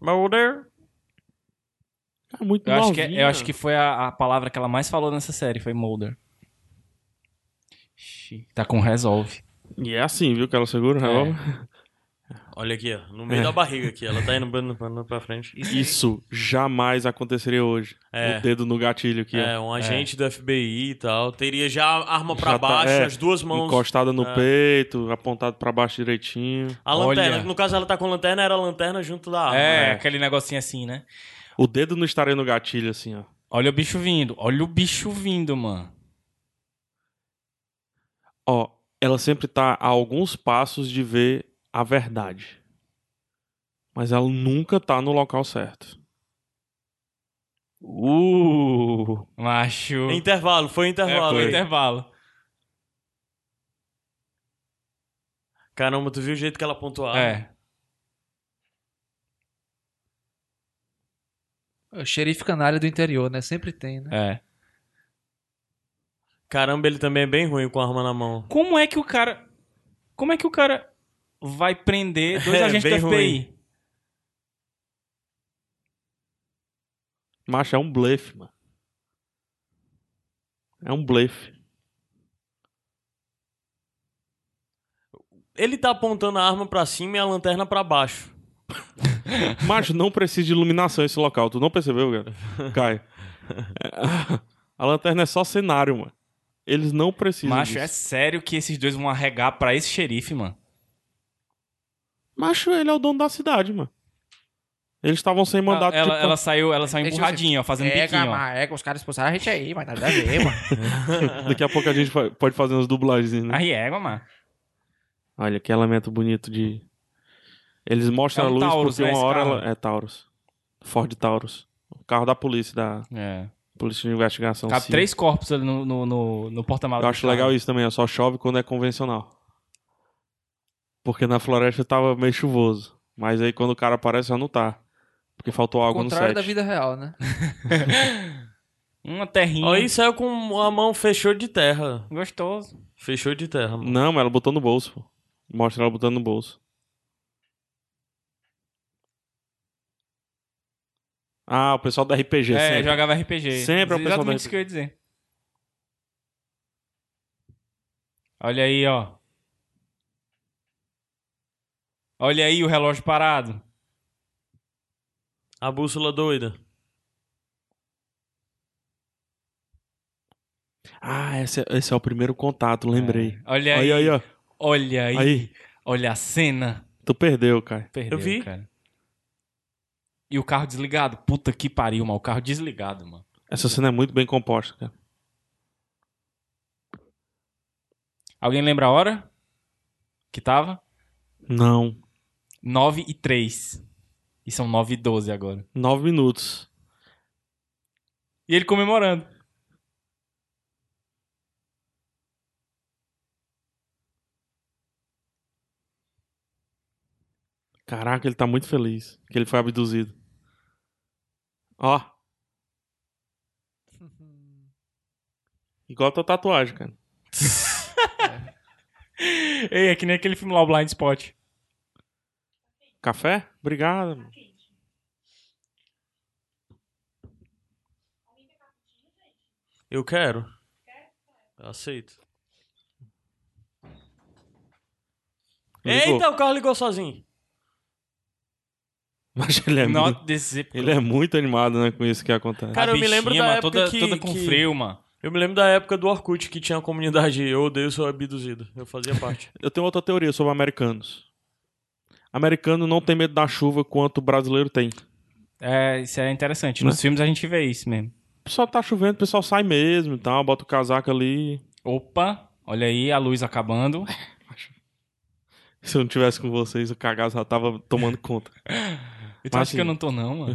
S3: Mulder.
S2: É muito
S1: Eu acho, que,
S2: novinha.
S1: eu acho que foi a, a palavra que ela mais falou nessa série, foi Mulder. Ixi, Tá com resolve.
S2: E é assim, viu, que ela segura o
S1: É.
S2: revólver?
S3: Olha aqui, ó. No meio da barriga aqui. Ela tá indo pra- pra pra frente.
S2: É. Isso jamais aconteceria hoje.
S3: É.
S2: O dedo no gatilho aqui,
S3: É, um agente do FBI e tal. Teria já a arma pra
S2: Já tá-
S3: baixo,
S2: é,
S3: as duas
S2: ó.
S3: mãos.
S2: Encostada
S1: é.
S2: no peito, apontado pra baixo direitinho.
S3: A lanterna.
S1: Olha.
S3: No caso, ela tá com lanterna, era a lanterna junto da arma.
S1: é,
S3: né?
S1: aquele negocinho assim, né?
S2: O dedo não estaria no gatilho, assim, ó.
S1: Olha o bicho vindo, olha o bicho vindo, mano.
S2: Ó, ela sempre tá a alguns passos de ver a verdade. Mas ela nunca tá no local certo. Uh!
S1: Macho.
S3: Intervalo, foi
S1: É,
S3: intervalo.
S1: foi
S3: hein?
S1: intervalo.
S3: Caramba, tu viu o jeito que ela apontou a arma?
S1: É.
S4: O xerife canalha do interior, né? Sempre tem, né?
S1: É.
S3: Caramba, ele também é bem ruim com a arma na mão.
S1: Como é que o cara. Como é que o cara vai prender dois
S3: É,
S1: agentes do FBI?
S3: bem ruim.
S2: Macho, é um blefe, mano. É um blefe.
S3: Ele tá apontando a arma pra cima e a lanterna pra baixo.
S2: Macho, não precisa de iluminação esse local. Tu não percebeu, cara? Caio. É, A lanterna é só cenário, mano. Eles não precisam.
S1: Macho, é
S2: disso.
S1: sério que esses dois vão arregar pra esse xerife, mano?
S2: Macho, ele é o dono da cidade, mano. Eles estavam sem mandato.
S1: ela,
S2: tipo,
S1: ela saiu, ela saiu
S4: Deixa eu
S1: emburradinha, ó, fazendo
S4: é,
S1: biquinho, ó.
S4: mas é, que os caras expulsaram a gente aí, mas nada a ver, mano.
S2: tipo, Daqui a pouco a gente fa- pode fazer umas dublagens, né?
S1: Aí é, mano.
S2: Olha, que elemento bonito de. Eles mostram
S1: É um
S2: a luz
S1: Taurus,
S2: porque
S1: né,
S2: uma
S1: esse
S2: hora
S1: carro?
S2: ela. É Taurus. Ford Taurus. O carro da polícia, da
S1: É.
S2: Polícia de Investigação.
S1: Cabe
S2: então sim.
S1: três corpos ali no, no, no, no porta-malas.
S2: Eu acho legal isso também, ó, só chove quando é convencional. Porque na floresta tava meio chuvoso. Mas aí quando o cara aparece já não tá. Porque faltou
S4: Ao
S2: água no
S4: contrário
S2: set.
S4: da vida real, né?
S1: Uma terrinha.
S3: Aí saiu com a mão fechou de terra.
S1: Gostoso.
S3: Fechou de terra, mano.
S2: Não, mas ela botou no bolso. pô. Mostra ela botando no bolso. Ah, o pessoal do RPG,
S1: é,
S2: sempre.
S1: jogava RPG.
S2: Sempre é o pessoal
S1: Exatamente
S2: da
S1: isso que eu ia dizer. Olha aí, ó. Olha aí o relógio parado.
S3: A bússola doida.
S2: Ah, esse é, esse é o primeiro contato, lembrei.
S3: É.
S1: Olha aí.
S2: Aí, aí, ó.
S1: Olha aí.
S2: Aí.
S1: Olha a cena.
S2: Tu perdeu, cara.
S1: Perdeu,
S3: Eu vi.
S1: cara. E o carro desligado. Puta que pariu, mano. O carro desligado, mano.
S2: Essa cena é muito bem composta, cara.
S1: Alguém lembra a hora? Que tava?
S2: Não.
S1: 9 e 3. E são 9 e 12 agora.
S2: Nove minutos.
S1: E ele comemorando.
S2: Caraca, ele tá muito feliz que ele foi abduzido. Ó. Igual a tua tatuagem, cara.
S1: Ei, é que nem aquele filme lá, o Blind Spot.
S2: Café? Obrigado. mano.
S3: Eu quero. Eu aceito.
S2: Ligou.
S3: Eita, o carro ligou sozinho.
S2: Mas ele é, muito,
S1: Not this zip
S2: ele é muito animado, né, com isso que acontece.
S3: Cara, eu me lembro da época
S1: toda,
S3: que-
S1: toda com
S3: que-
S1: frio, mano.
S3: Eu me lembro da época do Orkut que tinha a comunidade Eu Odeio Sou Abduzido. Eu fazia parte.
S2: Eu tenho outra teoria sobre americanos. Americano não tem medo da chuva quanto o brasileiro tem.
S1: É, isso é interessante.
S2: Né?
S1: Nos filmes a gente vê isso mesmo.
S2: Só tá chovendo, o pessoal sai mesmo e tal, bota o casaco ali.
S1: Opa, olha aí a luz acabando.
S2: Se eu não tivesse com vocês, o cagaço já tava tomando conta.
S1: E tu
S2: Mas,
S1: acha que eu não tô não, mano?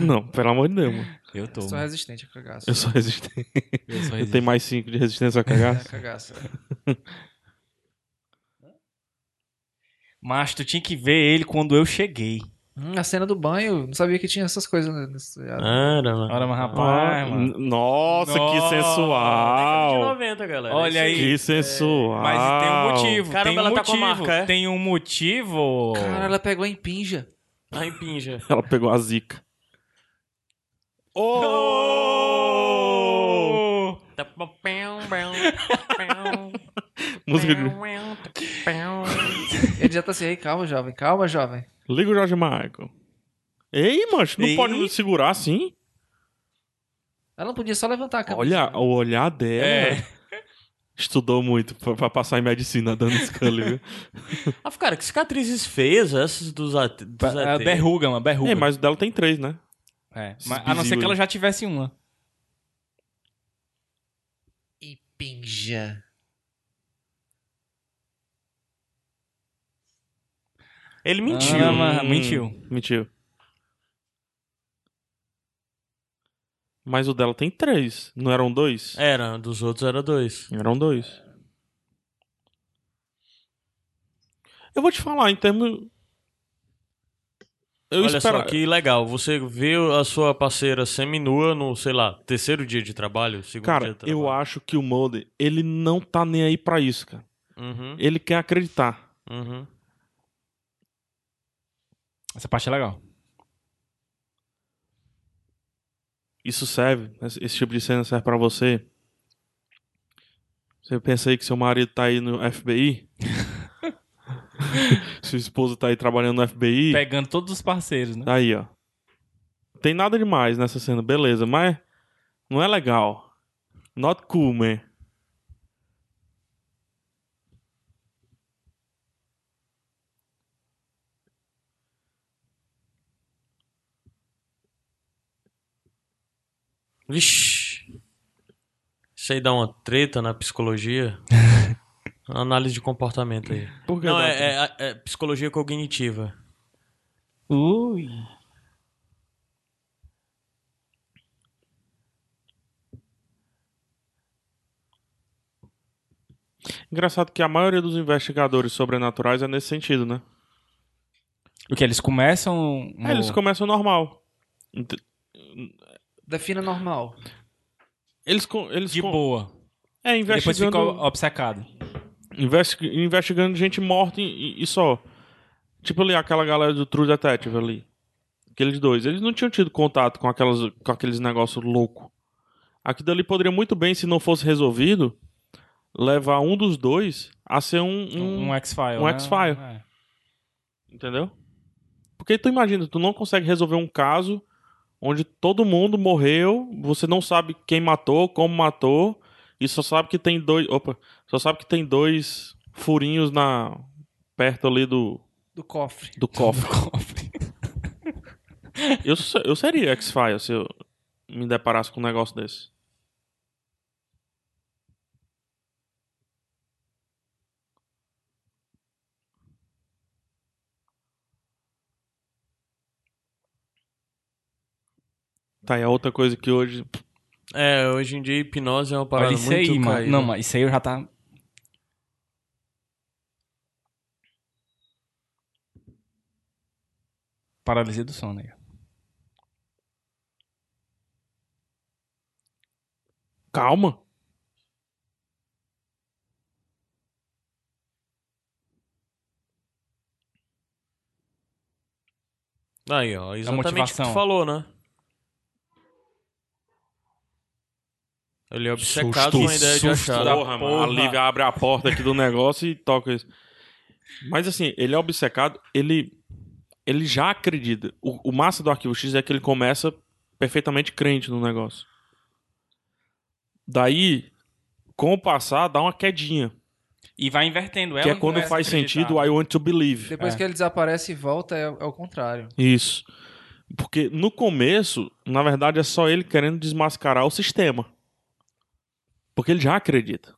S2: não, pelo amor de Deus, mano.
S1: Eu tô.
S4: Sou
S1: mano.
S4: resistente a cagaço.
S2: Eu sou resistente.
S1: Eu sou
S2: Eu tenho mais cinco de resistência
S4: É,
S2: a cagaço.
S4: cagaço.
S1: Mas tu tinha que ver ele quando eu cheguei.
S4: Hum, a cena do banho, não sabia que tinha essas coisas né, nesse-
S3: Era, mano.
S1: Ora, mas
S2: Ah,
S1: rapaz, mano.
S2: n- Nossa,
S1: Nossa.
S2: que
S3: De
S2: sensual.
S3: 90, galera.
S1: Olha aí.
S3: Isso
S2: Que sensual.
S1: É, Mas tem um motivo.
S3: Caramba,
S1: tem um
S3: ela tá com a
S1: motivo.
S3: marca, é?
S1: Tem um motivo.
S4: Cara, ela pegou em pinja.
S3: Tá em pinja.
S2: Ela pegou a zica. Oh!
S1: Oh!
S2: Música de...
S4: Ele já tá assim, ei, calma, jovem, calma, jovem.
S2: Liga o Jorge Michael. Ei, macho, não
S1: Ei.
S2: pode me segurar assim?
S4: Ela não podia só levantar a camisa.
S2: Olha o olhar dela.
S1: É.
S2: Estudou muito pra, pra passar em medicina, dando Scully, viu?
S3: Ah, cara, que cicatrizes feias essas dos, at... dos
S1: Ba-
S3: ET.
S1: Berruga, mano, berruga.
S2: É, mas o dela tem três, né?
S1: É,
S2: Esses
S1: mas a não ser que
S2: besígos.
S1: ela já tivesse uma.
S4: E pinja.
S3: Ele mentiu.
S1: Ah, mas-
S2: Hum.
S1: mentiu.
S2: Mentiu. Mas o dela tem três. Não eram dois?
S3: Era, dos outros era dois.
S2: Eram dois. Eu vou te falar, em termos. Eu
S3: Olha
S2: espero.
S3: só que legal. Você vê a sua parceira seminua no, sei lá, terceiro dia de trabalho, segundo dia
S2: Cara,
S3: de trabalho.
S2: eu acho que o Mulder, ele não tá nem aí pra isso, cara.
S3: Uhum,
S2: Ele quer acreditar.
S3: uhum.
S1: Essa parte é legal.
S2: Isso serve, esse esse tipo de cena serve pra você. Você pensa aí que seu marido tá aí no FBI? Sua esposa tá aí trabalhando no FBI?
S1: Pegando todos os parceiros, né?
S2: Tá Aí, ó. Tem nada demais nessa cena, beleza, mas não é legal. Not cool, man.
S3: Vixe. Isso aí dá uma treta na psicologia. Análise de comportamento aí.
S2: Por que
S3: Não,
S2: dá
S3: é,
S2: pra-
S3: é- é psicologia cognitiva.
S1: Ui.
S2: Engraçado que a maioria dos investigadores sobrenaturais é nesse sentido, né?
S1: O que? Eles começam. um
S2: É, eles começam normal. Ent-
S4: Defina normal.
S2: Eles, com, eles
S1: de
S2: com-
S1: boa.
S2: É,
S1: E Depois
S2: investigando,
S1: fica obcecado.
S2: investi- investigando gente morta e, e- e só. Tipo ali, aquela galera do True Detective ali. Aqueles dois. Eles não tinham tido contato com, aquelas, com aqueles negócios loucos. Aqui dali poderia muito bem, se não fosse resolvido, levar um dos dois a ser um. um-
S1: Um, X-File.
S2: um
S1: né?
S2: X-File.
S1: É.
S2: Entendeu? Porque tu imagina, tu não consegue resolver um caso onde todo mundo morreu, você não sabe quem matou, como matou, e só sabe que tem dois. Opa! Só sabe que tem dois furinhos na. perto ali do.
S4: Do cofre.
S2: do cofre. Eu, se- eu seria X-File se eu me deparasse com um negócio desse. Tá, e a outra coisa que hoje.
S3: É, hoje em dia hipnose é uma parada
S1: Olha isso
S3: muito
S1: aí, mano.
S3: caída.
S1: Não, mas isso aí já tá. Paralisia do sono aí.
S2: Calma!
S3: Aí, ó, exatamente o que
S1: motivação.
S3: tu falou, né? Ele é obcecado
S1: Susto.
S3: com a ideia de
S1: Susto
S3: achar.
S1: da
S2: porra, mano.
S1: porra.
S2: A Lívia abre a porta aqui do negócio e toca isso. Mas assim, ele é obcecado, ele, ele já acredita. O, o massa do Arquivo X é que ele começa perfeitamente crente no negócio. Daí, com o passar, dá uma quedinha.
S1: E vai invertendo ela.
S2: que é quando
S1: começa a
S2: faz
S1: acreditar.
S2: sentido I want to believe.
S4: Depois que ele desaparece e volta, é, é o contrário.
S2: Isso. Porque no começo, na verdade, é só ele querendo desmascarar o sistema. Porque ele já acredita.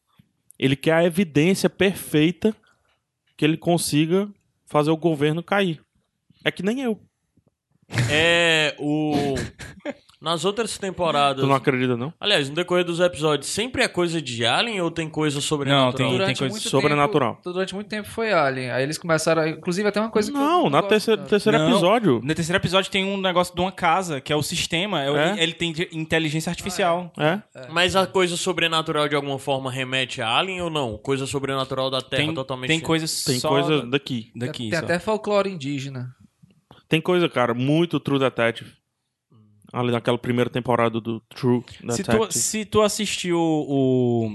S2: Ele quer a evidência perfeita que ele consiga fazer o governo cair. É que nem eu.
S3: É, o. Nas outras temporadas.
S2: Tu não acredita, não?
S3: Aliás, no decorrer dos episódios, sempre é coisa de Alien ou tem coisa sobrenatural?
S1: Não, tem-
S4: Durante
S1: coisa
S4: muito
S2: sobrenatural.
S4: Tempo, durante muito tempo foi Alien. Aí eles começaram. a- Inclusive, até uma coisa que. eu
S2: não, na
S4: gosto
S2: terceira,
S4: tanto.
S2: terceiro
S1: Não.
S2: episódio.
S1: No terceiro episódio tem um negócio de uma casa, que é o sistema. é o-
S2: É?
S1: Ele, ele tem de- inteligência artificial.
S2: É.
S3: Mas a coisa sobrenatural de alguma forma remete a Alien ou não? Coisa sobrenatural da Ah, é. Terra
S1: Tem,
S3: totalmente.
S1: tem coisas
S2: Tem
S1: só
S2: coisa daqui.
S1: daqui.
S4: Tem
S1: só.
S4: até folclore indígena.
S2: Tem coisa, cara, muito True Detective. Ali naquela primeira temporada do True
S1: Se tu,
S2: Detective.
S1: se tu assistiu o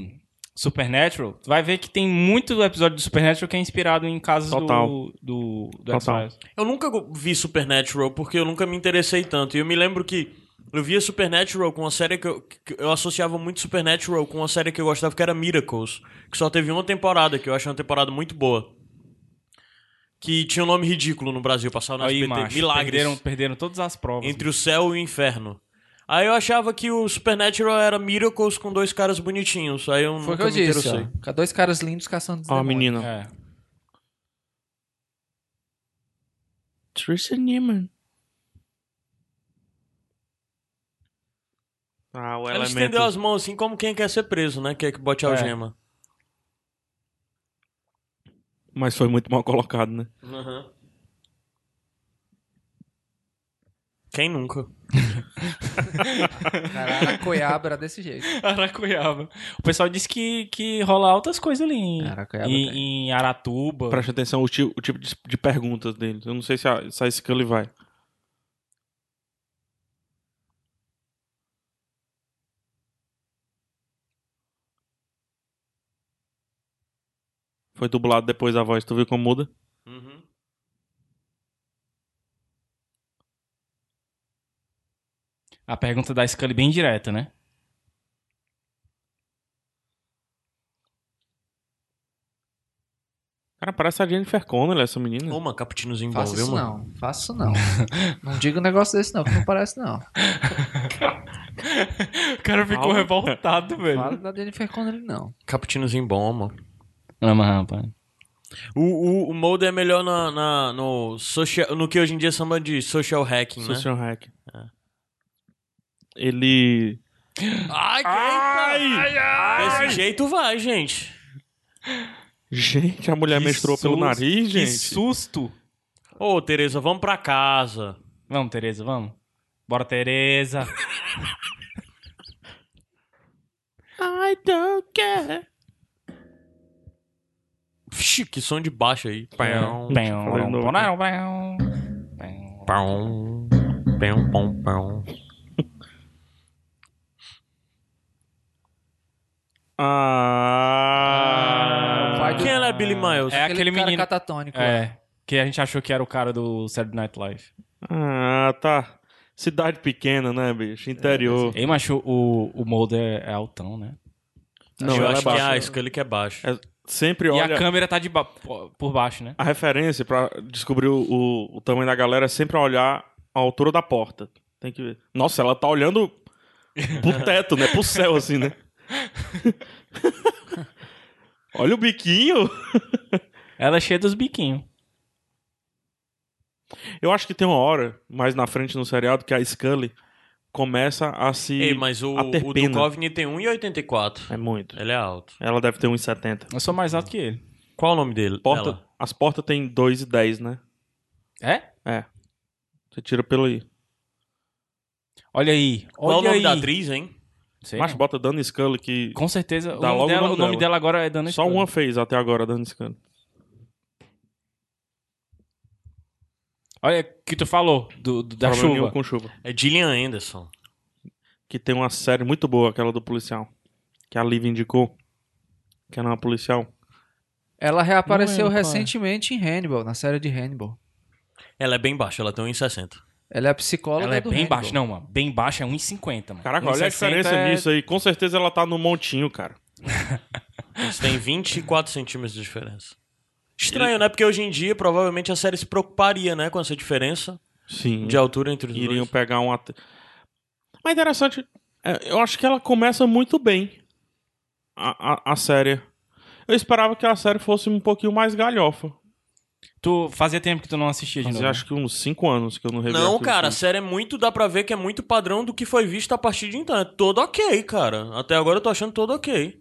S1: Supernatural, tu vai ver que tem muito episódio do Supernatural que é inspirado em casas
S2: Total.
S1: do, do, do
S2: Total.
S1: X-Files.
S3: Eu nunca go- vi Supernatural porque eu nunca me interessei tanto. E eu me lembro que eu via Supernatural com uma série que eu, que eu associava muito Supernatural com uma série que eu gostava que era Miracles, que só teve uma temporada, que eu achei uma temporada muito boa. Que tinha um nome ridículo no Brasil, passava na
S1: Aí,
S3: SBT.
S1: macho,
S3: Milagres.
S1: Perderam, perderam todas as provas.
S3: Entre o céu e o inferno. Aí eu achava que o Supernatural era Miracles com dois caras bonitinhos. Aí eu
S4: Foi o que
S3: nunca
S4: eu
S3: me
S4: disse.
S3: interessei.
S4: ó. Dois caras lindos caçando
S2: Ó, a
S4: demônios.
S2: menina.
S1: É.
S2: Trisha Neiman. Ah, o
S3: Ela
S2: elemento.
S3: estendeu as mãos assim como quem quer ser preso, né? Quer que bote a
S1: É.
S3: algema.
S2: Mas foi muito mal colocado, né?
S3: Quem nunca?
S4: Cara, a coiabra era desse jeito.
S1: Aracuiaba. O pessoal disse que, que rola altas coisas ali em,
S4: Aracuiaba
S1: em-
S4: tem.
S1: em Aratuba.
S2: Preste atenção o, ti- o tipo de, de perguntas dele. Eu não sei se a, se a Scully vai. Foi dublado depois a voz, tu viu como muda?
S1: A pergunta da Scully bem direta, né?
S2: Cara, parece a Jennifer Connelly, essa menina.
S3: Uma, caputinozinho bom,
S4: Faça
S3: viu,
S4: isso
S3: mano?
S4: não. Faça isso não. não diga um negócio desse não, que não parece não.
S1: O cara ficou
S2: Fala.
S1: revoltado,
S4: Fala
S1: velho.
S4: da Jennifer Connelly não.
S3: Caputinozinho Tá bom, mano.
S1: Ama, rapaz.
S3: O, o, o Mulder é melhor na, na- no, social, no que hoje em dia chama de social hacking, né?
S2: Social Hack. Ele.
S3: Ai, que
S2: Ai!
S3: Desse jeito vai, gente.
S2: Gente, a mulher
S1: Que
S2: menstruou pelo
S1: sus-
S2: nariz,
S1: Que
S2: gente.
S1: susto.
S3: Ô, Tereza, vamos pra casa.
S1: Vamos, Tereza, vamos. Bora, Tereza.
S2: I don't care.
S3: Vixe, que som de baixo aí.
S2: É.
S1: Pão, pão,
S2: Deixa eu fazer de novo.
S1: pão, pão, pão.
S3: Pão. Pão, pão, pão.
S2: Ah.
S4: Vai do-
S3: Quem ela é Billy Miles?
S1: É aquele
S4: cara
S1: menino-
S4: catatônico. lá.
S1: É. Que a gente achou que era o cara do Saturday Night Live.
S2: Ah, tá. Cidade pequena, né, bicho? Interior.
S1: Ei, É, mas o, o Mulder é altão, né?
S2: Não,
S3: eu
S2: ela
S3: acho
S2: é
S3: que é
S2: baixa.
S3: a Scully que é baixo.
S2: É, Sempre
S1: E
S2: olha.
S1: a câmera tá de ba- po- por baixo, né?
S2: A referência pra descobrir o, o- o tamanho da galera é sempre olhar a altura da porta. Tem que ver. Nossa, ela tá olhando pro teto, né? Pro céu, assim, né? olha o biquinho.
S1: Ela é cheia dos biquinhos.
S2: Eu acho que tem uma hora mais na frente no seriado que a Scully começa a se.
S3: Ei, mas o,
S2: a
S3: o
S2: ter pena.
S3: Duchovny tem 1,84.
S2: É muito.
S3: Ele é alto.
S2: Ela deve ter uns 70.
S1: Eu sou mais alto que ele.
S3: Qual o nome dele?
S2: Porta,
S3: Dela?
S2: as portas tem 2 e 10, né?
S1: É?
S2: Você tira pelo aí.
S1: Olha aí. Olha
S3: Qual o nome
S1: aí.
S3: da atriz, hein?
S1: Sei
S2: Mas
S1: não.
S2: bota Dana Scully que
S1: Com certeza. O
S2: Dá
S1: nome,
S2: logo o
S1: dela,
S2: nome
S1: o nome
S2: dela.
S1: dela agora é Dana
S2: só
S1: Scully.
S2: uma fez até agora, Dana Scully.
S1: Olha o que tu falou do, do- da
S2: Problema
S1: chuva.
S2: nenhum com chuva.
S3: É Gillian Anderson.
S2: Que tem uma série muito boa, aquela do policial. Que a Liv indicou. Que era uma policial.
S4: Ela reapareceu
S1: Não lembro qual é.
S4: recentemente em Hannibal, na série de Hannibal.
S3: Ela é bem baixa, ela tem 1,60.
S4: Ela é a psicóloga
S1: Ela é
S4: do
S1: bem
S4: Hannibal.
S1: baixa. Não, mano. Bem baixa é 1,50, mano.
S2: Caraca, olha
S1: 1,60
S2: a diferença
S1: é-
S2: nisso aí. Com certeza ela tá no montinho, cara.
S3: Eles têm 24 centímetros de diferença. Estranho, né? Porque hoje em dia, provavelmente, a série se preocuparia, né? Com essa diferença
S2: Sim.
S3: de altura entre os
S2: Hum. Iriam
S3: dois.
S2: pegar um at... Mas interessante. é, Eu acho que ela começa muito bem. A, a, a série. Eu esperava que a série fosse um pouquinho mais galhofa.
S1: Tu fazia tempo que tu não assistia de
S2: Mas
S1: novo. né?
S2: eu acho que uns 5 anos que eu não revi.
S3: Não,
S2: aquilo
S3: cara, a
S2: tudo.
S3: série é muito... Dá pra ver que é muito padrão do que foi visto a partir de então. É todo ok, cara. Até agora eu tô achando todo ok.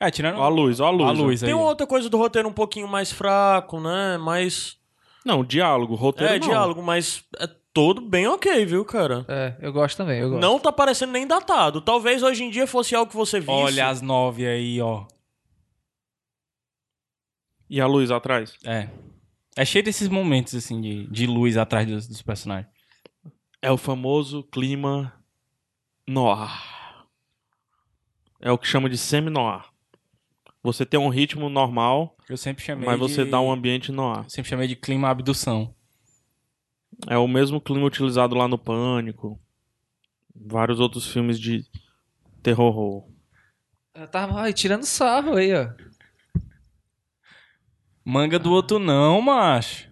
S1: É, tirando
S2: Ó a luz, ó a luz. né?
S1: a luz aí.
S3: Tem uma outra coisa do roteiro um pouquinho mais fraco, né? Mais...
S2: Não, diálogo, roteiro
S3: É,
S2: não.
S3: diálogo, mas é todo bem ok, viu, cara?
S4: É, eu gosto também, eu gosto.
S3: Não tá parecendo nem datado. Talvez hoje em dia fosse algo que você visse.
S1: Olha as nove aí, ó.
S2: E a luz atrás.
S1: É. É cheio desses momentos, assim, de, de luz atrás dos, dos personagens.
S2: É o famoso clima noir. É o que chama de semi-noir. Você tem um ritmo normal,
S1: Eu sempre chamei
S2: mas você
S1: de...
S2: dá um ambiente noir.
S1: Eu sempre chamei de clima abdução.
S2: É o mesmo clima utilizado lá no Pânico. Vários outros filmes de terror. horror.
S4: Ela tava ai, tirando sarro aí, ó.
S1: Manga
S2: Ah.
S1: do outro não, macho.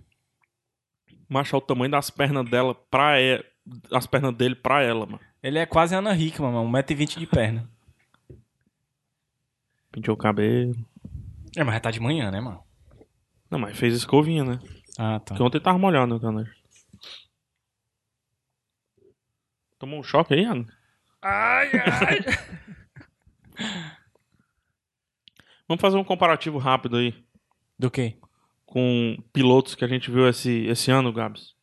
S2: Macho, é o tamanho das pernas dela pra e... As pernas dele pra ela, mano.
S1: Ele é quase Ana Hickman, mano. 1,20m de perna.
S2: Pintou o cabelo.
S1: é, mas já tá de manhã, né, mano?
S2: Não, mas fez escovinha, né?
S1: Ah, tá.
S2: Porque ontem tava molhado, né, Tanner? Tomou um choque aí, Ana?
S4: Ai, ai.
S2: Vamos fazer um comparativo rápido aí
S1: Do quê?
S2: com pilotos que a gente viu esse, esse ano, Gabs.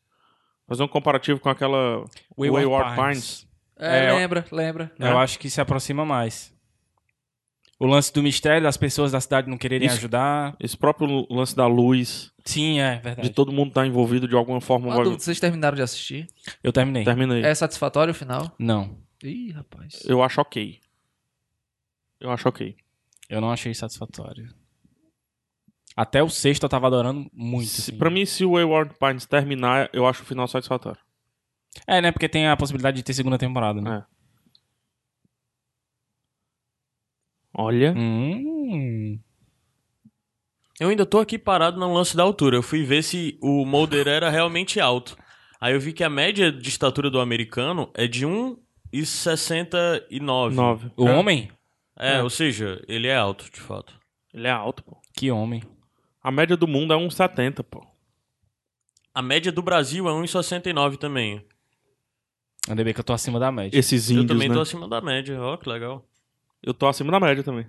S2: Fazer um comparativo com aquela Wayward, Pines.
S4: É,
S1: É, eu-
S4: lembra, lembra.
S2: Né?
S1: Eu acho que se aproxima mais. O lance do mistério, das pessoas da cidade não quererem
S2: Isso.
S1: ajudar.
S2: Esse próprio lance da luz,
S1: Sim, é
S2: de
S1: verdade.
S2: todo mundo estar envolvido de alguma forma. um
S4: Uma
S2: vai-
S4: dúvida, vocês terminaram de assistir?
S1: Eu terminei.
S2: Termina aí.
S4: É satisfatório o final?
S1: Não,
S4: Ih, rapaz.
S2: Eu acho ok. Eu acho ok.
S1: eu não achei satisfatório. Até o sexto eu tava adorando muito.
S2: Se,
S1: assim.
S2: pra mim, se o Wayward Pines terminar, eu acho o final satisfatório.
S1: É, né? Porque tem a possibilidade de ter segunda temporada, né?
S2: Olha.
S1: Hum.
S3: Eu ainda tô aqui parado no lance da altura. Eu fui ver se o Mulder era realmente alto. Aí eu vi que a média de estatura do americano é de 1,69.
S2: 9.
S1: O
S2: é,
S1: homem?
S3: É, ou seja, ele é alto, de fato.
S2: Ele é alto, pô.
S1: Que homem.
S2: A média do mundo é 1,70, pô.
S3: A média do Brasil é 1,69 também.
S1: Ainda bem que eu tô acima da média.
S2: Esses
S3: eu
S2: índios,
S3: também
S2: né?
S3: tô acima da média. Ó, que legal.
S2: Eu tô acima da média também.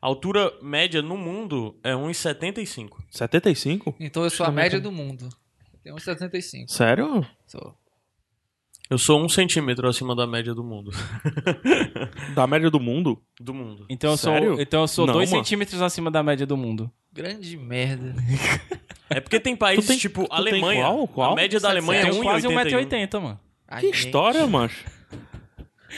S3: A altura média no mundo é 1,75.
S2: 75?
S4: Então eu sou a
S2: Deixa eu ver
S4: média do mundo. Tem uns 75.
S2: Sério?
S4: Sou.
S3: Eu sou um centímetro acima da média do mundo.
S2: Da média do mundo?
S3: do mundo.
S1: Então eu
S2: Sério?
S1: sou, então eu sou
S2: Não,
S1: dois
S2: mano.
S1: centímetros acima da média do mundo.
S4: Grande merda.
S3: É porque tem países
S2: Tu tem-
S3: tipo
S2: tu tem
S3: Alemanha.
S2: qual? um, Qual?
S3: A média da Alemanha é
S1: um eu tenho quase
S3: 1,81.
S1: 1,80m, mano.
S4: Ai,
S2: Que
S4: gente,
S2: história, macho.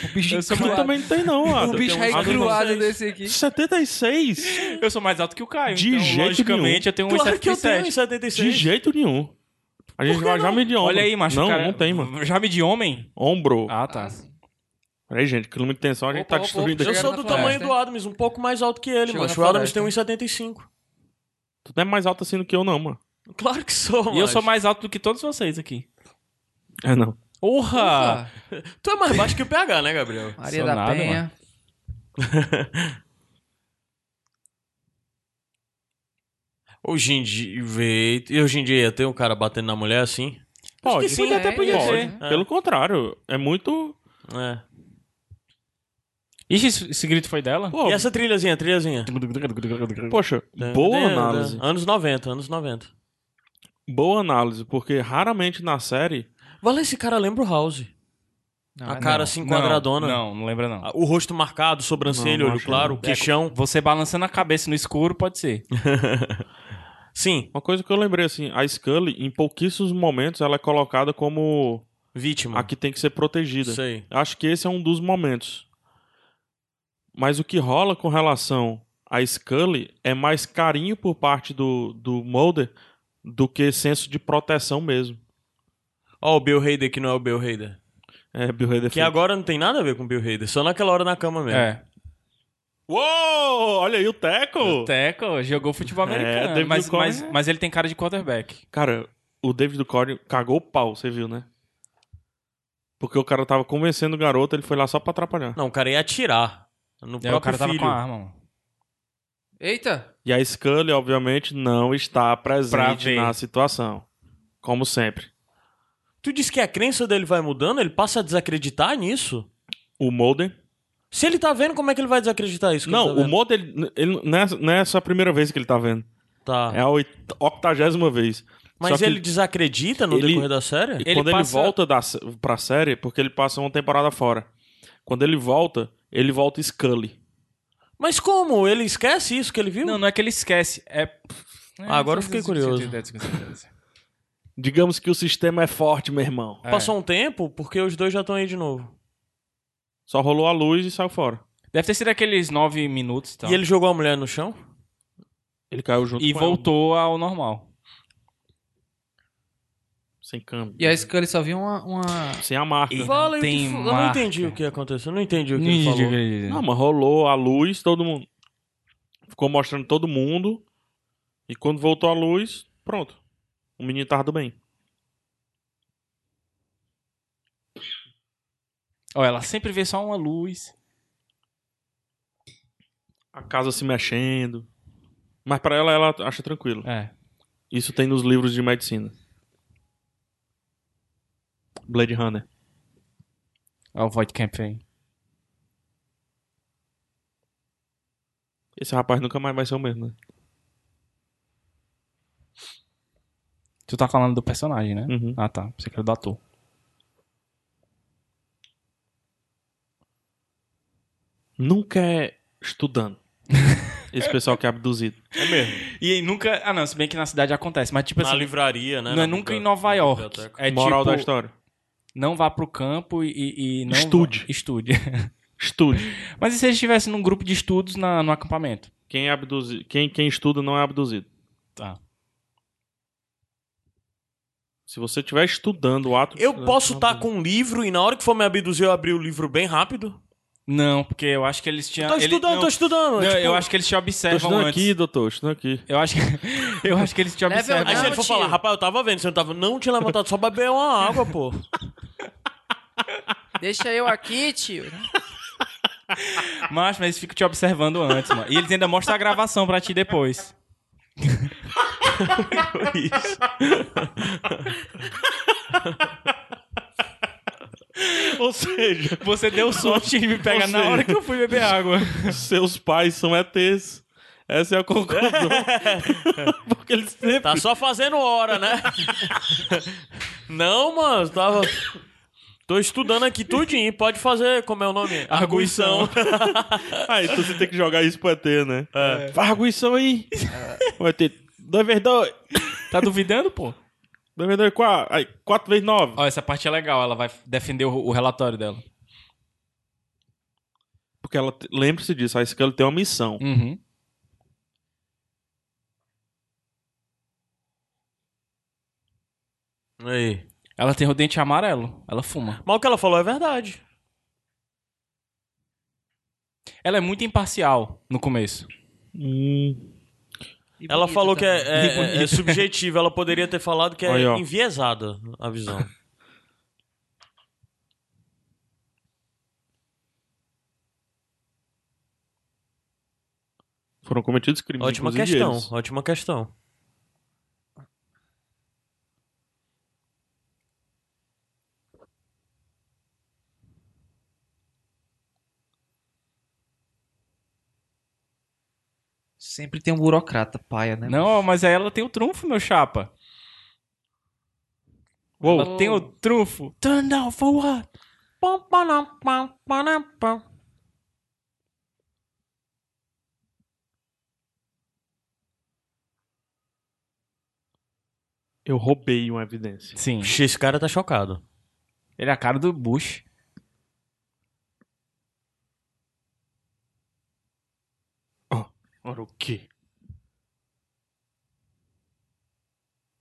S4: O bicho
S1: Eu sou
S2: Eu
S1: Claro.
S4: encruado.
S2: também não tem, não,
S4: O
S2: Adam.
S4: bicho é
S2: Tem um-
S4: recruado
S2: Adam,
S4: desse aqui.
S2: 76?
S1: Eu sou mais alto que o Caio.
S2: De
S1: então,
S2: jeito
S1: logicamente, eu tenho um
S3: Claro que eu tenho em
S2: De
S3: 76.
S2: jeito nenhum. A gente
S3: que
S2: vai já
S3: é não?
S2: medir ombro.
S1: Olha aí, macho.
S2: Não,
S1: cara,
S2: não tem, mano.
S1: Já me de homem?
S2: Ombro.
S1: Ah, tá.
S2: Peraí, gente, quilômetro de tensão, a gente
S4: Opa,
S2: tá
S4: opa, opa,
S2: destruindo
S3: Eu
S2: aqui.
S4: Chegaram
S3: sou
S4: na
S3: do
S4: floresta,
S3: tamanho do Adams, um pouco mais alto que ele,
S4: Chegou
S3: macho.
S4: na
S3: O Adams
S4: floresta,
S3: tem
S4: hein?
S3: 1,75.
S2: Tu não é mais alto assim do que eu, não, mano.
S3: Claro que sou,
S1: E eu
S3: macho.
S1: sou mais alto do que todos vocês aqui.
S2: É, não.
S1: Porra!
S4: Ah,
S3: Tu é mais baixo que o PH, né, Gabriel?
S4: Maria
S1: Sou
S4: da
S1: nada, mano.
S4: Penha.
S3: Hoje em dia, vê- e hoje em dia tem um cara batendo na mulher assim?
S2: Pode.
S3: que sim,
S1: até podia
S2: Pode.
S1: ser.
S3: É.
S2: Pelo contrário, é muito.
S3: É.
S1: Ixi, esse, esse grito foi dela?
S2: Pô,
S3: E essa tá, trilhazinha, trilhazinha?
S2: Poxa, boa análise.
S3: Anos 90, anos 90.
S2: Boa análise, porque raramente na série.
S3: Valeu, esse cara lembra o House.
S4: Não,
S3: A
S4: é
S3: cara assim, quadradona.
S1: Não, não lembra não.
S3: Ah, O rosto marcado, sobrancelha,
S2: Não,
S3: olho
S2: acho
S3: claro,
S2: não.
S3: queixão.
S1: Você balançando a cabeça no escuro, pode ser.
S3: Sim,
S2: Uma coisa que eu lembrei, assim, a Scully, em pouquíssimos momentos, ela é colocada como
S3: vítima.
S2: a que tem que ser protegida.
S3: Sei.
S2: Acho que esse é um dos momentos. Mas o que rola com relação a Scully é mais carinho por parte do, do Mulder do que senso de proteção mesmo.
S3: Ó, o Bill Hader que não é o Bill Hader.
S2: É, Bill Hader
S3: Que
S2: fez.
S3: agora não tem nada a ver com o Bill Hader, só naquela hora na cama mesmo.
S1: É.
S2: Uou! Olha aí o Teco!
S1: O Teco jogou futebol
S2: É,
S1: americano.
S2: David
S1: mas,
S2: Duchovny.
S3: né?
S1: mas, mas ele tem cara de quarterback.
S2: Cara, o David Duchovny cagou o pau, você viu, né? Porque o cara tava convencendo o garoto, ele foi lá só pra atrapalhar.
S3: Não, o cara ia atirar no
S1: É, o
S3: próprio
S1: cara tava
S3: filho.
S1: com a arma, mano.
S4: Eita!
S2: E a Scully, obviamente, não está
S1: Pra
S2: presente
S1: ver.
S2: na situação. Como sempre.
S3: Tu diz que a crença dele vai mudando, ele passa a desacreditar nisso?
S2: O Mulder
S3: Se ele tá vendo, como é que ele vai desacreditar isso? que
S2: Não,
S3: ele tá
S2: o
S3: vendo?
S2: modo ele, ele- não, é, não é só a primeira vez que ele tá vendo.
S3: Tá.
S2: É a oit- octagésima vez.
S3: Mas
S2: Só que
S3: ele desacredita no
S2: ele-
S3: decorrer da série?
S1: ele
S2: quando ele
S1: passa-
S2: volta da, sé- pra série, é porque ele passa uma temporada fora. Quando ele volta, ele volta Scully.
S3: Mas como? Ele esquece isso que ele viu?
S1: Não, não é que ele esquece. É. É,
S3: Ah, agora eu fiquei curioso.
S2: Digamos que o sistema é forte, meu irmão.
S1: É.
S3: Passou um tempo, porque os dois já estão aí de novo.
S2: Só rolou a luz e saiu fora.
S1: Deve ter sido aqueles nove minutos e tal.
S3: E ele jogou a mulher no chão?
S2: Ele caiu junto
S1: E
S2: com
S1: voltou ao normal.
S2: ela, sem câmbio.
S4: E a Scully só viu uma. uma...
S2: Sem a marca.
S1: E-
S3: Fala, eu,
S1: Tem
S3: que fu- eu não
S1: marca.
S3: entendi o que aconteceu. Eu não entendi o que ele falou.
S2: Não, mas rolou a luz, todo mundo. Ficou mostrando todo mundo. E quando voltou a luz, pronto. O menino tava do bem.
S1: Ó, ela sempre vê só uma luz.
S2: a casa se mexendo. Mas pra ela, ela acha tranquilo.
S1: É.
S2: Isso tem nos livros de medicina. Blade Runner.
S1: Ó, é o Void Campaign.
S2: Esse rapaz nunca mais vai ser o mesmo, né?
S1: Tu tá falando do personagem, né?
S2: Uhum.
S1: Ah, tá. Você quer do ator.
S2: Nunca é estudando. Esse pessoal que é abduzido.
S3: É mesmo.
S1: E aí nunca. Ah, não, se bem que na cidade acontece, mas tipo
S3: Na
S1: assim.
S3: livraria, né?
S1: Não,
S3: na
S1: é nunca
S3: biblioteca-
S1: em Nova
S3: na
S1: York.
S3: biblioteca.
S1: É
S2: Moral
S1: tipo,
S2: da história.
S1: não vá pro campo e- e, e não.
S2: Estude.
S1: vá- Estude.
S2: Estude.
S1: mas e se ele estivesse num grupo de estudos na, no acampamento?
S2: Quem, é abduzi... quem, quem estuda não é abduzido.
S1: Tá.
S2: Se você estiver estudando o ato. de
S3: Eu
S2: estudar,
S3: posso
S2: não é
S3: estar
S2: abduzido.
S3: com um livro e na hora que for me abduzir eu abrir o livro bem rápido?
S1: Não, porque eu acho que eles tinham.
S3: Tô
S1: ele-
S3: estudando,
S1: não,
S3: tô estudando.
S1: não,
S3: tipo-
S1: eu acho que eles te
S2: Tô
S1: observam
S2: estudando
S1: antes.
S2: aqui, doutor. Estudando aqui.
S1: Eu acho que. eu acho que eles te
S4: Level
S1: observam.
S3: Aí se
S4: Não,
S3: ele for
S4: tio.
S3: falar, rapaz, eu tava vendo, você não tava. Não tinha levantado, só pra beber uma água, pô.
S4: Deixa eu aqui, tio. Né?
S1: Mas, mas eles ficam te observando antes, mano. E eles ainda mostram a gravação pra ti depois.
S2: Ou seja,
S1: Você deu sorte de me pegar
S2: Ou
S1: na
S2: seja-
S1: hora que eu fui beber água.
S2: seus pais são ETs. Essa é a conclusão. Porque eles sempre.
S3: Tá só fazendo hora, né? Não, mano, tava. Tô estudando aqui tudinho, pode fazer, como é o nome?
S1: Arguição.
S2: Ah, então você tem que jogar isso pro ET, né? É. Faz arguição aí. O ET, dois vezes dois.
S1: Tá duvidando, pô?
S2: DVD 4, é aí, 4 vezes 9.
S1: Ó, essa parte é legal, ela vai defender o, o relatório dela.
S2: Porque ela te- lembre-se disso, a Scully tem uma missão.
S1: Uhum.
S3: Aí.
S1: Ela tem o dente amarelo, ela fuma.
S3: Mas o que ela falou é verdade.
S1: Ela é muito imparcial no começo.
S2: Hum,
S4: E
S3: Ela
S4: bonito
S3: falou que é,
S4: também.
S3: é-
S1: E tá bonito.
S3: é- é subjetiva. Ela poderia ter falado que é
S2: Aí, ó.
S3: enviesada a visão.
S2: foram cometidos crimes.
S3: ótima
S2: inclusive,
S3: questão,
S2: eles.
S3: ótima questão.
S4: Sempre tem um burocrata, paia, né?
S1: Não, mas aí ela tem o trunfo, meu chapa.
S2: Uou.
S1: Ela tem o trunfo. Turn down for what?
S3: Pam, panam, pam, panam, pam.
S2: Eu roubei uma evidência.
S1: Sim.
S3: Vixe, Esse cara tá chocado.
S1: Ele é a cara do Bush.
S2: Ora o quê?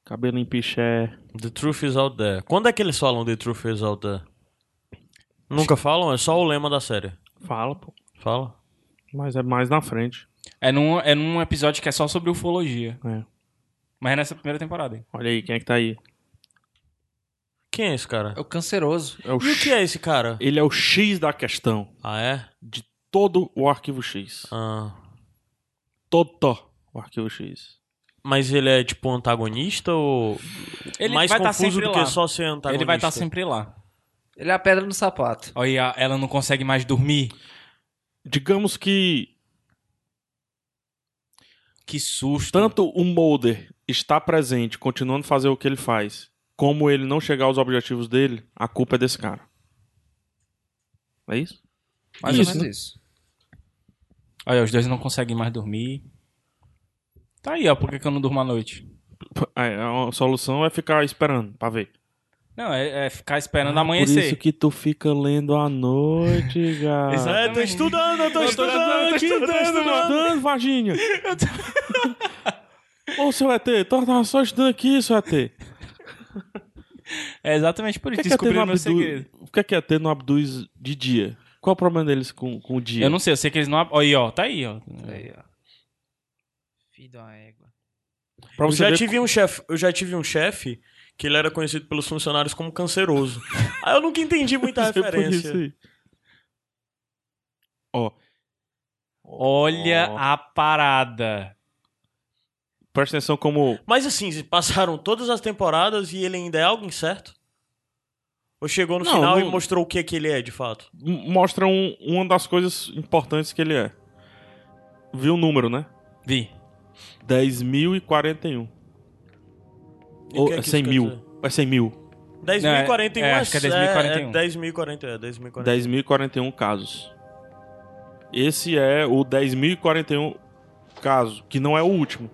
S2: Cabelo em piché.
S3: The truth is out there. Quando é que eles falam The truth is out there? Nunca falam? É só o lema da série.
S2: Fala, pô.
S3: Fala.
S2: Mas é mais na frente.
S1: É num, é num episódio que é só sobre ufologia.
S2: É.
S1: Mas é nessa primeira temporada. hein?
S2: Olha aí, quem é que tá aí?
S3: Quem é esse cara?
S4: É o canceroso.
S2: É o
S3: E o que
S2: X.
S3: é esse cara?
S2: Ele é o X da questão.
S3: Ah, é?
S2: De todo o arquivo X.
S3: Ah.
S2: Todo o arquivo X.
S3: Mas ele é tipo um antagonista ou.
S1: Ele
S3: mais
S1: vai tá
S3: confuso
S1: sempre
S3: do
S1: lá.
S3: que só ser antagonista?
S1: Ele vai estar sempre lá.
S4: Ele é a pedra no sapato.
S1: Olha, ela não consegue mais dormir.
S2: Digamos que
S1: Que susto.
S2: Tanto o Mulder está presente, continuando a fazer o que ele faz, como ele não chegar aos objetivos dele, a culpa é desse cara. É isso?
S4: Mais
S2: Isso,
S4: ou menos isso.
S1: Olha, os dois não conseguem mais dormir. Tá aí, ó. Por que, que eu não durmo à noite?
S2: P- é, A solução é ficar esperando pra ver.
S1: Não, é, é ficar esperando
S2: Ah, Por isso
S1: amanhecer.
S2: que tu fica lendo à noite,
S1: Exato.
S2: cara.
S3: É, tô estudando, eu tô
S1: Eu tô
S3: estudando.
S1: estudando,
S2: Tô estudando, tô estudando, Varginha. Ô, seu ET, tu tava só estudando aqui, seu ET. O
S1: É exatamente por isso.
S2: que é que ET
S1: Descobriu
S2: não
S1: meu segredo.
S2: abduz? O que é que ET não abduz de dia? Qual é o problema deles com, com o dia?
S1: Eu não sei, eu sei que eles não. ab- Olha aí, ó. Tá aí, ó.
S3: É.
S4: Aí, ó. Filho de uma égua.
S2: Pra
S3: Eu
S2: você
S3: já
S2: ver
S3: tive um chefe, eu já tive um chefe que ele era conhecido pelos funcionários como canceroso. Aí eu nunca entendi muita
S2: É por
S3: referência.
S2: isso aí.
S1: Olha
S2: Ó.
S1: a parada.
S2: Presta atenção como.
S3: Mas assim, se passaram todas as temporadas e ele ainda é algo incerto? Ou chegou no
S2: Não,
S3: final
S2: não-
S3: e mostrou o que que ele é, de fato?
S2: m- Mostra um- uma das coisas importantes que ele é. Viu o número, né?
S1: Vi.
S2: 10.041.
S3: E o
S2: Ou
S3: que é
S2: é
S3: que
S2: 100
S3: isso quer
S2: mil.
S3: dizer?
S2: É 100 mil.
S3: 10.041
S1: É,
S3: é,
S1: é, acho que é 10.041.
S3: 10.041, é 10.041.
S2: 10.041 casos. Esse é o 10.041 caso, que não é o último.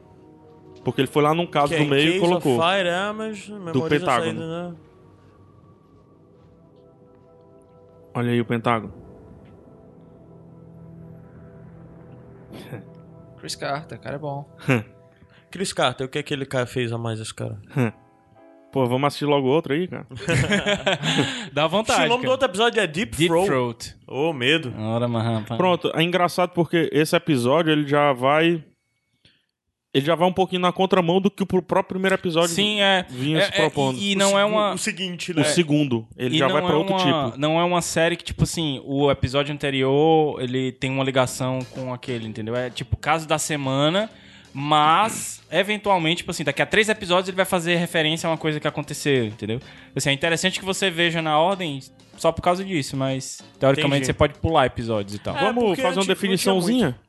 S2: Porque ele foi lá num caso
S3: Que é
S2: do
S3: in
S2: meio
S3: case
S2: e
S3: of
S2: colocou.
S3: Fire, é, mas memoriza a
S2: Pentágono.
S3: saída, né?
S2: Olha aí o Pentágono.
S4: Chris Carter, cara é bom.
S3: Chris Carter, o que é que ele ca- fez a mais esse cara?
S2: Pô, vamos assistir logo outro aí, cara?
S1: Dá vontade.
S3: o nome do
S1: cara.
S3: outro episódio é Deep,
S1: Deep
S3: Throat.
S1: Throat.
S3: Ô, medo.
S1: Ora, mas, rapaz.
S2: Pronto, é engraçado porque esse episódio ele já vai. Ele já vai um pouquinho na contramão do que o pro próprio primeiro episódio
S1: Sim, é.
S2: vinha
S1: É,
S2: se
S1: é,
S2: propondo.
S1: e, e
S3: O
S1: não é
S3: segu-
S1: uma.
S3: O seguinte, né?
S2: O segundo, ele
S1: e
S2: já
S1: não
S2: vai pra
S1: é
S2: outro
S1: uma-
S2: tipo.
S1: Não é uma série que, tipo assim, o episódio anterior ele tem uma ligação com aquele, entendeu? É tipo caso da semana, mas eventualmente, tipo assim, daqui a três episódios ele vai fazer referência a uma coisa que aconteceu, entendeu? Assim, é interessante que você veja na ordem só por causa disso, mas teoricamente
S3: Entendi.
S1: você pode pular episódios e tal.
S3: É,
S2: Vamos
S3: porque
S2: fazer uma
S3: eu ti- não tinha
S2: definiçãozinha?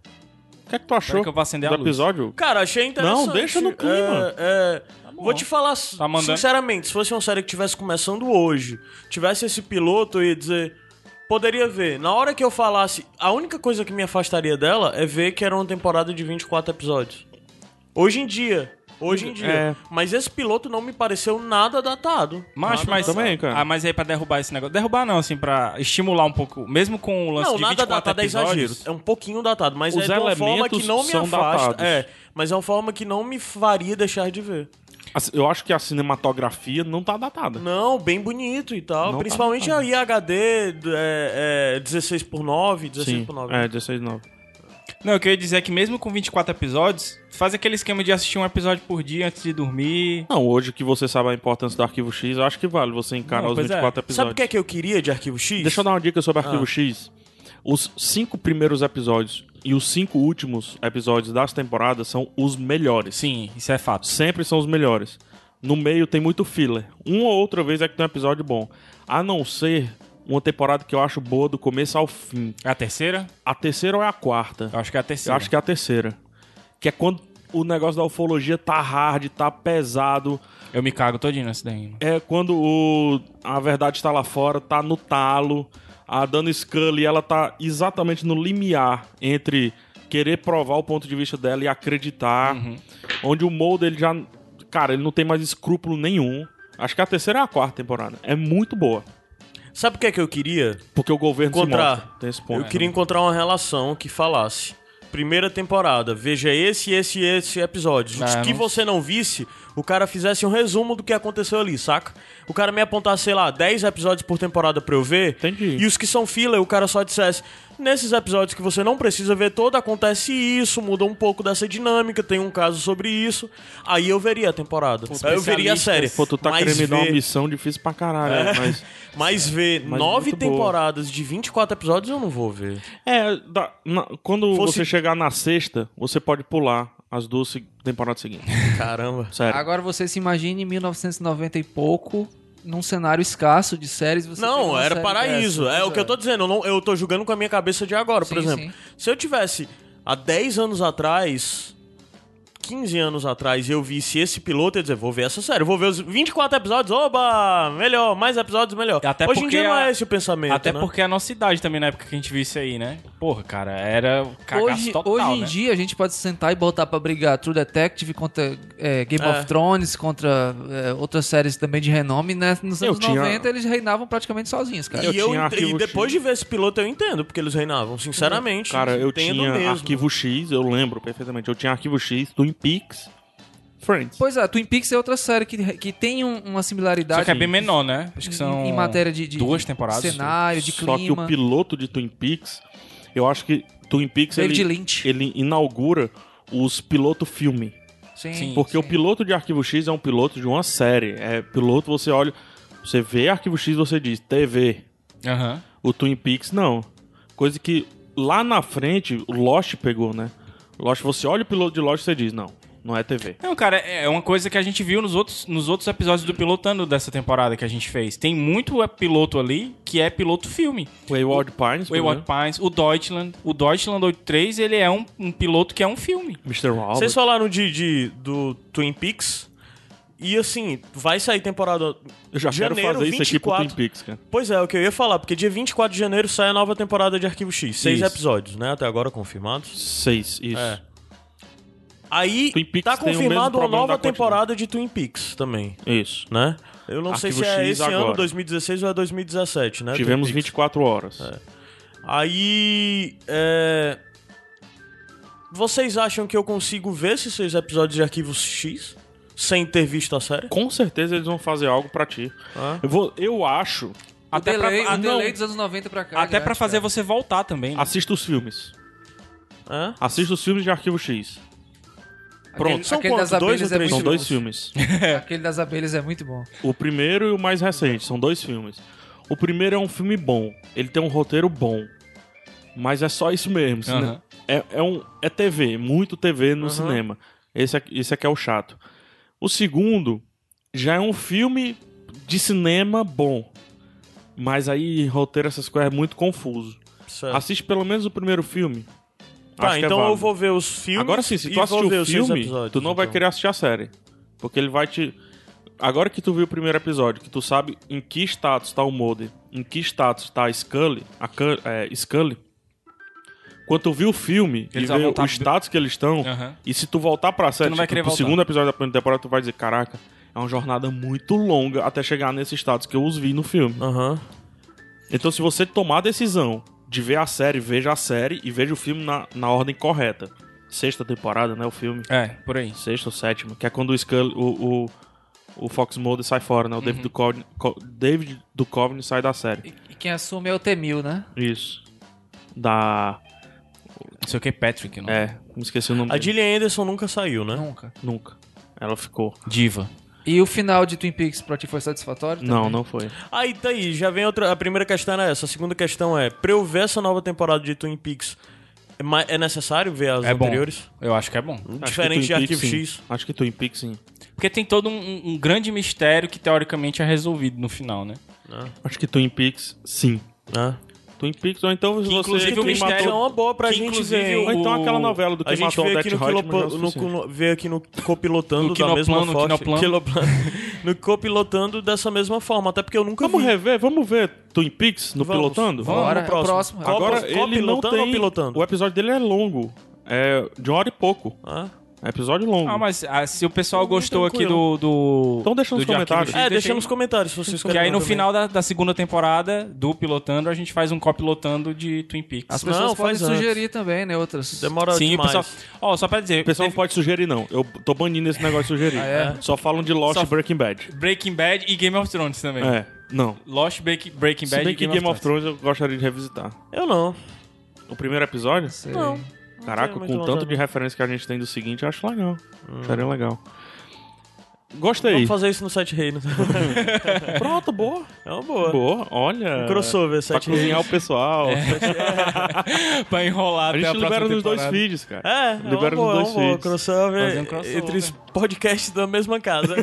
S2: O que é que tu
S1: Peraí
S2: achou
S1: que eu vou acender a
S2: do
S1: luz.
S2: episódio?
S3: Cara, achei interessante.
S2: Não, deixa no clima.
S3: É, é,
S1: bom.
S3: Vou te falar
S1: Tá mandando-
S3: sinceramente, se fosse uma série que tivesse começando hoje, tivesse esse piloto, eu ia dizer... Poderia ver. Na hora que eu falasse, a única coisa que me afastaria dela é ver que era uma temporada de 24 episódios. Hoje em dia, hoje em dia.
S2: É.
S3: Mas esse piloto não me pareceu nada datado.
S1: Macho,
S3: Nada
S1: mas.
S3: datado.
S2: Também, cara.
S1: Ah, mas aí pra derrubar esse negócio. Derrubar não, assim, pra estimular um pouco. Mesmo com o lance
S3: Não,
S1: de
S3: nada
S1: 24
S3: datado é exagero.
S1: episódios.
S3: É um pouquinho datado, mas
S2: Os
S3: é de uma forma
S2: elementos
S3: que não me
S2: são
S3: afasta.
S2: datados.
S3: É, mas é uma forma que não me faria deixar de ver.
S2: Assim, Eu acho que a cinematografia não tá datada.
S3: Não, bem bonito e tal.
S2: Não tá
S3: Principalmente
S2: datado.
S3: a IHD é, é, 16 por 9 16
S2: Sim,
S3: por 9
S2: é, 16 9.
S1: Não, eu queria dizer que mesmo com 24 episódios, faz aquele esquema de assistir um episódio por dia antes de dormir.
S2: Não, hoje que você sabe a importância do Arquivo X, eu acho que vale você encarar
S1: Não,
S2: os
S1: pois é.
S2: 24 episódios.
S3: Sabe o que é que eu queria de Arquivo X?
S2: Deixa eu dar uma dica sobre
S1: Ah.
S2: Arquivo X. Os cinco primeiros episódios e os cinco últimos episódios das temporadas são os melhores.
S1: Sim, isso é fato.
S2: Sempre são os melhores. No meio tem muito filler. Uma ou outra vez é que tem um episódio bom. A não ser uma temporada que eu acho boa do começo ao fim.
S1: É a terceira?
S2: A terceira ou é a quarta?
S1: Eu acho que é a
S2: Eu
S1: terceira.
S2: acho que é a terceira. Que é quando o negócio da ufologia tá hard, tá pesado.
S1: Eu me cago todinho nessa daí. mano.
S2: É quando o, a verdade está lá fora, tá no talo. A Dana Scully, ela tá exatamente no limiar entre querer provar o ponto de vista dela e acreditar.
S3: Uhum.
S2: Onde o Mulder, ele já... Cara, ele não tem mais escrúpulo nenhum. Acho que a terceira é a quarta temporada. É muito boa.
S3: Sabe o que é que eu queria?
S2: Porque o governo se
S3: Encontrar.
S2: mostra. Tem esse ponto. né?
S3: eu queria encontrar uma relação que falasse. Primeira temporada, veja esse, esse e esse episódio. Os
S1: Ah,
S3: que
S1: não-
S3: você não visse, o cara fizesse um resumo do que aconteceu ali, saca? O cara me apontasse, sei lá, 10 episódios por temporada pra eu ver.
S2: Entendi.
S3: E os que são fila, o cara só dissesse: nesses episódios que você não precisa ver todo, acontece isso, muda um pouco dessa dinâmica, tem um caso sobre isso. Aí eu veria a temporada. Aí eu veria a série.
S2: Pô, tu tá
S3: Mas
S2: querendo me dar uma
S3: ver- É.
S2: missão difícil pra caralho, né? mas...
S3: Mas ver
S2: Mas
S3: nove
S2: muito boa.
S3: temporadas de 24 episódios eu não vou ver.
S2: É, da- na- quando
S3: Fosse-
S2: você chegar na sexta, você pode pular as duas se- temporadas seguintes.
S3: Caramba.
S2: Sério.
S4: Agora você se imagine em 1990 e pouco, num cenário escasso de séries. Você pegou
S3: Não,
S4: uma
S3: era
S4: série
S3: paraíso.
S4: dessa,
S3: é
S4: pois
S3: o que eu tô dizendo. Eu, não, eu tô julgando com a minha cabeça de agora, por
S4: Sim,
S3: exemplo.
S4: sim.
S3: Se eu tivesse há 10 anos atrás, 15 anos atrás, eu visse esse piloto, eu ia dizer, vou ver essa série, vou ver os 24 episódios, oba! Melhor, mais episódios, melhor.
S1: Até
S3: Hoje em
S1: porque
S3: dia não
S1: a-
S3: é esse o pensamento.
S1: Até
S3: né?
S1: porque é a nossa idade também, na época que a gente viu isso aí, né? Porra, cara, era um cagaço
S4: Hoje,
S1: total,
S4: hoje em
S1: né?
S4: dia a gente pode sentar e botar pra brigar True Detective contra é, Game
S3: É.
S4: of Thrones, contra é, outras séries também de renome, né? Nos
S2: Eu
S4: anos
S2: tinha-
S4: 90 eles reinavam praticamente sozinhos, cara.
S2: Eu
S3: E, eu
S2: tinha
S3: ent-
S2: Arquivo
S3: e depois de ver esse piloto, eu entendo porque eles reinavam, sinceramente.
S2: Cara, eu
S3: entendo
S2: tinha
S3: mesmo.
S2: arquivo X, eu lembro perfeitamente. Eu tinha arquivo X, Twin Peaks, Friends.
S4: Pois é, Twin Peaks é outra série que, que tem um- uma similaridade.
S1: Só que é bem menor, né? Acho
S4: em-
S1: que são.
S4: em matéria de, de
S1: duas temporadas.
S4: cenário, de clima.
S2: Só que o piloto de Twin Peaks, eu acho que Twin Peaks
S4: David
S2: ele,
S4: Lynch.
S2: ele inaugura os piloto filme.
S4: Sim,
S1: Sim,
S2: Porque o
S4: sim.
S2: piloto de Arquivo X é um piloto de uma série. É piloto, você olha, você vê Arquivo X, você diz TV.
S1: Aham.
S2: O Twin Peaks não. Coisa que lá na frente o Lost pegou, né? Lost, você olha o piloto de Lost e você diz, não, não é TV.
S1: Não, cara, é é uma coisa que a gente viu nos outros, nos outros episódios do pilotando dessa temporada que a gente fez. Tem muito é, piloto ali que é piloto filme.
S2: Wayward Pines, por
S1: Wayward
S2: exemplo.
S1: Pines, o Deutschland. O Deutschland 83, ele é um, um piloto que é um filme.
S2: Mr. Robert.
S3: Vocês falaram de, de- do Twin Peaks. E assim, vai sair temporada.
S2: Eu já quero
S3: janeiro,
S2: fazer isso aqui pro
S3: 24.
S2: Twin Peaks, cara.
S3: Pois é, é o que eu ia falar, porque dia 24 de janeiro sai a nova temporada de Arquivo X. Seis
S2: Isso.
S3: episódios, né? Até agora confirmados.
S2: Seis, isso.
S3: É. Aí
S2: Twin Peaks
S3: tá
S2: tem o mesmo
S3: confirmado uma
S2: problema
S3: nova
S2: da quantidade.
S3: temporada de Twin Peaks também,
S2: Isso.
S3: né? Eu não sei
S2: Arquivo
S3: se é
S2: X
S3: esse ano,
S2: agora.
S3: 2016 ou é 2017, né?
S2: Tivemos
S3: Twin Peaks. É.
S2: 24 horas.
S3: Aí. É... Vocês acham que eu consigo ver esses seis episódios de Arquivo X sem ter visto a série?
S2: Com certeza eles vão fazer algo pra ti.
S3: Hã?
S2: Eu, vou, eu acho.
S4: O
S1: Até pra-
S4: delay,
S1: ah,
S4: o
S1: não.
S4: delay dos anos 90 pra cá. é
S1: Até pra
S4: grande,
S1: fazer
S4: cara.
S1: você voltar também. né?
S2: Assista os filmes.
S3: Hã?
S2: Assista os filmes de Arquivo X.
S4: Aquele,
S3: Pronto, são
S4: aquele das
S3: quanto? Dois
S4: abelhas
S3: ou
S4: é muito
S3: três?
S2: São
S4: bom.
S2: dois filmes.
S4: Aquele das abelhas é muito bom.
S2: O primeiro e o mais recente, são dois filmes. O primeiro é um filme bom, ele tem um roteiro bom. Mas é só isso mesmo. cine-
S1: Aham.
S2: É, é um, é TV, muito TV no
S3: Aham.
S2: cinema. Esse, aqui- esse aqui é o chato. O segundo já é um filme de cinema bom. Mas aí roteiro essas coisas é muito confuso.
S3: Certo.
S2: Assiste pelo menos o primeiro filme.
S3: É. Tá,
S2: Acho que é
S3: então eu
S2: válido.
S3: vou ver os filmes.
S2: Agora sim, se
S3: e
S2: tu
S3: vou
S2: assistiu
S3: ver
S2: o
S3: os seis
S2: filme,
S3: episódios,
S2: tu não vai
S3: então.
S2: querer assistir a série. Porque ele vai te. Agora que tu viu o primeiro episódio, que tu sabe em que status tá o Mulder, em que status tá a Scully, a Cu- é, Scully, Quando tu viu o filme
S1: Eles
S2: e
S1: vão
S2: vê
S1: voltar-
S2: o status que eles estão,
S1: Aham.
S2: e se tu voltar pra série,
S1: não vai
S2: tipo,
S1: querer
S2: pro
S1: voltar.
S2: segundo episódio da primeira temporada, tu vai dizer, caraca, é uma jornada muito longa até chegar nesse status que eu os vi no filme.
S3: Aham.
S2: Então, se você tomar a decisão de ver a série, veja a série e veja o filme na, na ordem correta. Sexta temporada, né? O filme.
S1: É, por aí.
S2: Sexta ou sétima. Que é quando o Skull, o, o, o Fox Mulder sai fora, né? O
S3: Uhum.
S2: David Duchovny- Co- David Duchovny sai da série.
S4: E, e quem assume é o Temil, né?
S2: Isso. Da...
S1: Não sei o que, Patrick, não.
S2: É, me esqueci o nome
S3: A
S2: dele.
S3: Gillian Anderson nunca saiu, né?
S4: Nunca.
S2: Nunca. Ela ficou.
S1: Diva.
S4: E o final de Twin Peaks pra ti foi satisfatório?
S2: Não,
S4: também?
S2: não foi.
S3: Aí tá aí, já vem outra. A primeira questão era essa. A segunda questão é: pra eu ver essa nova temporada de Twin Peaks, é ma- é necessário ver as
S1: É bom.
S3: anteriores?
S1: Eu acho que é bom.
S2: Acho que
S3: Diferente de
S2: Twin Peaks,
S3: Arquivo
S2: sim.
S3: X.
S2: Acho que Twin Peaks, sim.
S1: Porque tem todo um, um- um grande mistério que teoricamente é resolvido no final, né?
S3: Né?
S2: Acho que Twin Peaks, sim.
S3: Né?
S2: Twin Peaks, ou então você...
S1: inclusive o
S2: quem
S1: mistério
S2: matou-
S3: é uma boa pra
S1: que
S3: gente
S1: inclusive
S3: ver.
S1: o-
S2: Ou então aquela novela do que
S3: A gente
S2: matou
S3: vê
S2: o
S3: aqui
S2: Death
S3: no, quilopo-
S2: Hotman.
S3: no, no- vê aqui no copilotando
S1: No
S3: da mesma
S1: Quinoplano, no
S3: forma.
S1: Quinoplano.
S3: Quinoplano. no copilotando dessa mesma forma. Até porque eu nunca
S2: Vamos
S3: vi.
S2: rever, vamos ver Twin Peaks no
S3: Vamos,
S2: pilotando?
S4: vamos. Bora,
S3: no
S4: é o próximo.
S3: Copa-
S2: Agora
S3: copilotando
S2: ele não
S3: ou
S2: tem...
S3: pilotando?
S2: O episódio dele é longo. É de uma hora e pouco.
S3: Ah.
S2: É episódio longo.
S1: Ah, mas ah, se o pessoal
S3: Muito
S1: gostou aqui
S3: tranquilo.
S1: do. do
S2: Então deixa nos
S1: do de Arquivo
S2: comentários.
S1: X,
S3: É,
S1: deixa
S3: deixa
S1: aí.
S3: nos comentários se vocês
S1: Que aí no
S3: também.
S1: final da, da segunda temporada do Pilotando, a gente faz um copilotando de Twin Peaks.
S4: As pessoas
S3: Não,
S4: podem
S3: faz antes.
S4: sugerir também, né? Outras.
S3: Demora
S1: Sim,
S3: demais.
S1: pessoal. Ó, só pra dizer,
S2: O pessoal não
S1: teve
S2: pode sugerir, não. Eu tô banindo esse negócio de sugerir.
S4: Ah, é?
S2: Só falam de Lost
S1: Só-
S2: e Breaking Bad.
S1: Breaking Bad e Game of Thrones também.
S2: É, não.
S1: Lost, Break- Breaking
S2: Se
S1: Bad
S2: bem
S1: e
S2: que
S1: Game,
S2: Game of Thrones eu gostaria de revisitar.
S3: Eu não.
S2: O primeiro episódio?
S4: Sei.
S3: Não.
S2: Caraca,
S3: tenho
S2: com
S3: muito
S2: o
S3: vontade,
S2: tanto de referência que a gente tem do seguinte, eu acho legal. Seria legal. Gostei.
S3: Vamos fazer isso no Sete Reinos.
S2: Pronto, boa.
S3: É uma boa.
S2: Boa, olha.
S3: Um crossover,
S2: Pra
S3: Sete
S2: cozinhar
S3: Reinos.
S2: o pessoal.
S1: pra enrolar
S2: A
S1: até a
S2: gente
S1: próxima
S2: libera nos dois
S1: temporada.
S2: feeds, cara.
S3: É,
S2: Libera
S3: é uma
S2: nos
S3: boa, é
S2: dois
S3: uma boa.
S2: feeds.
S1: Fazer
S3: Crossover,
S1: um crossover.
S3: entre os podcasts da mesma casa.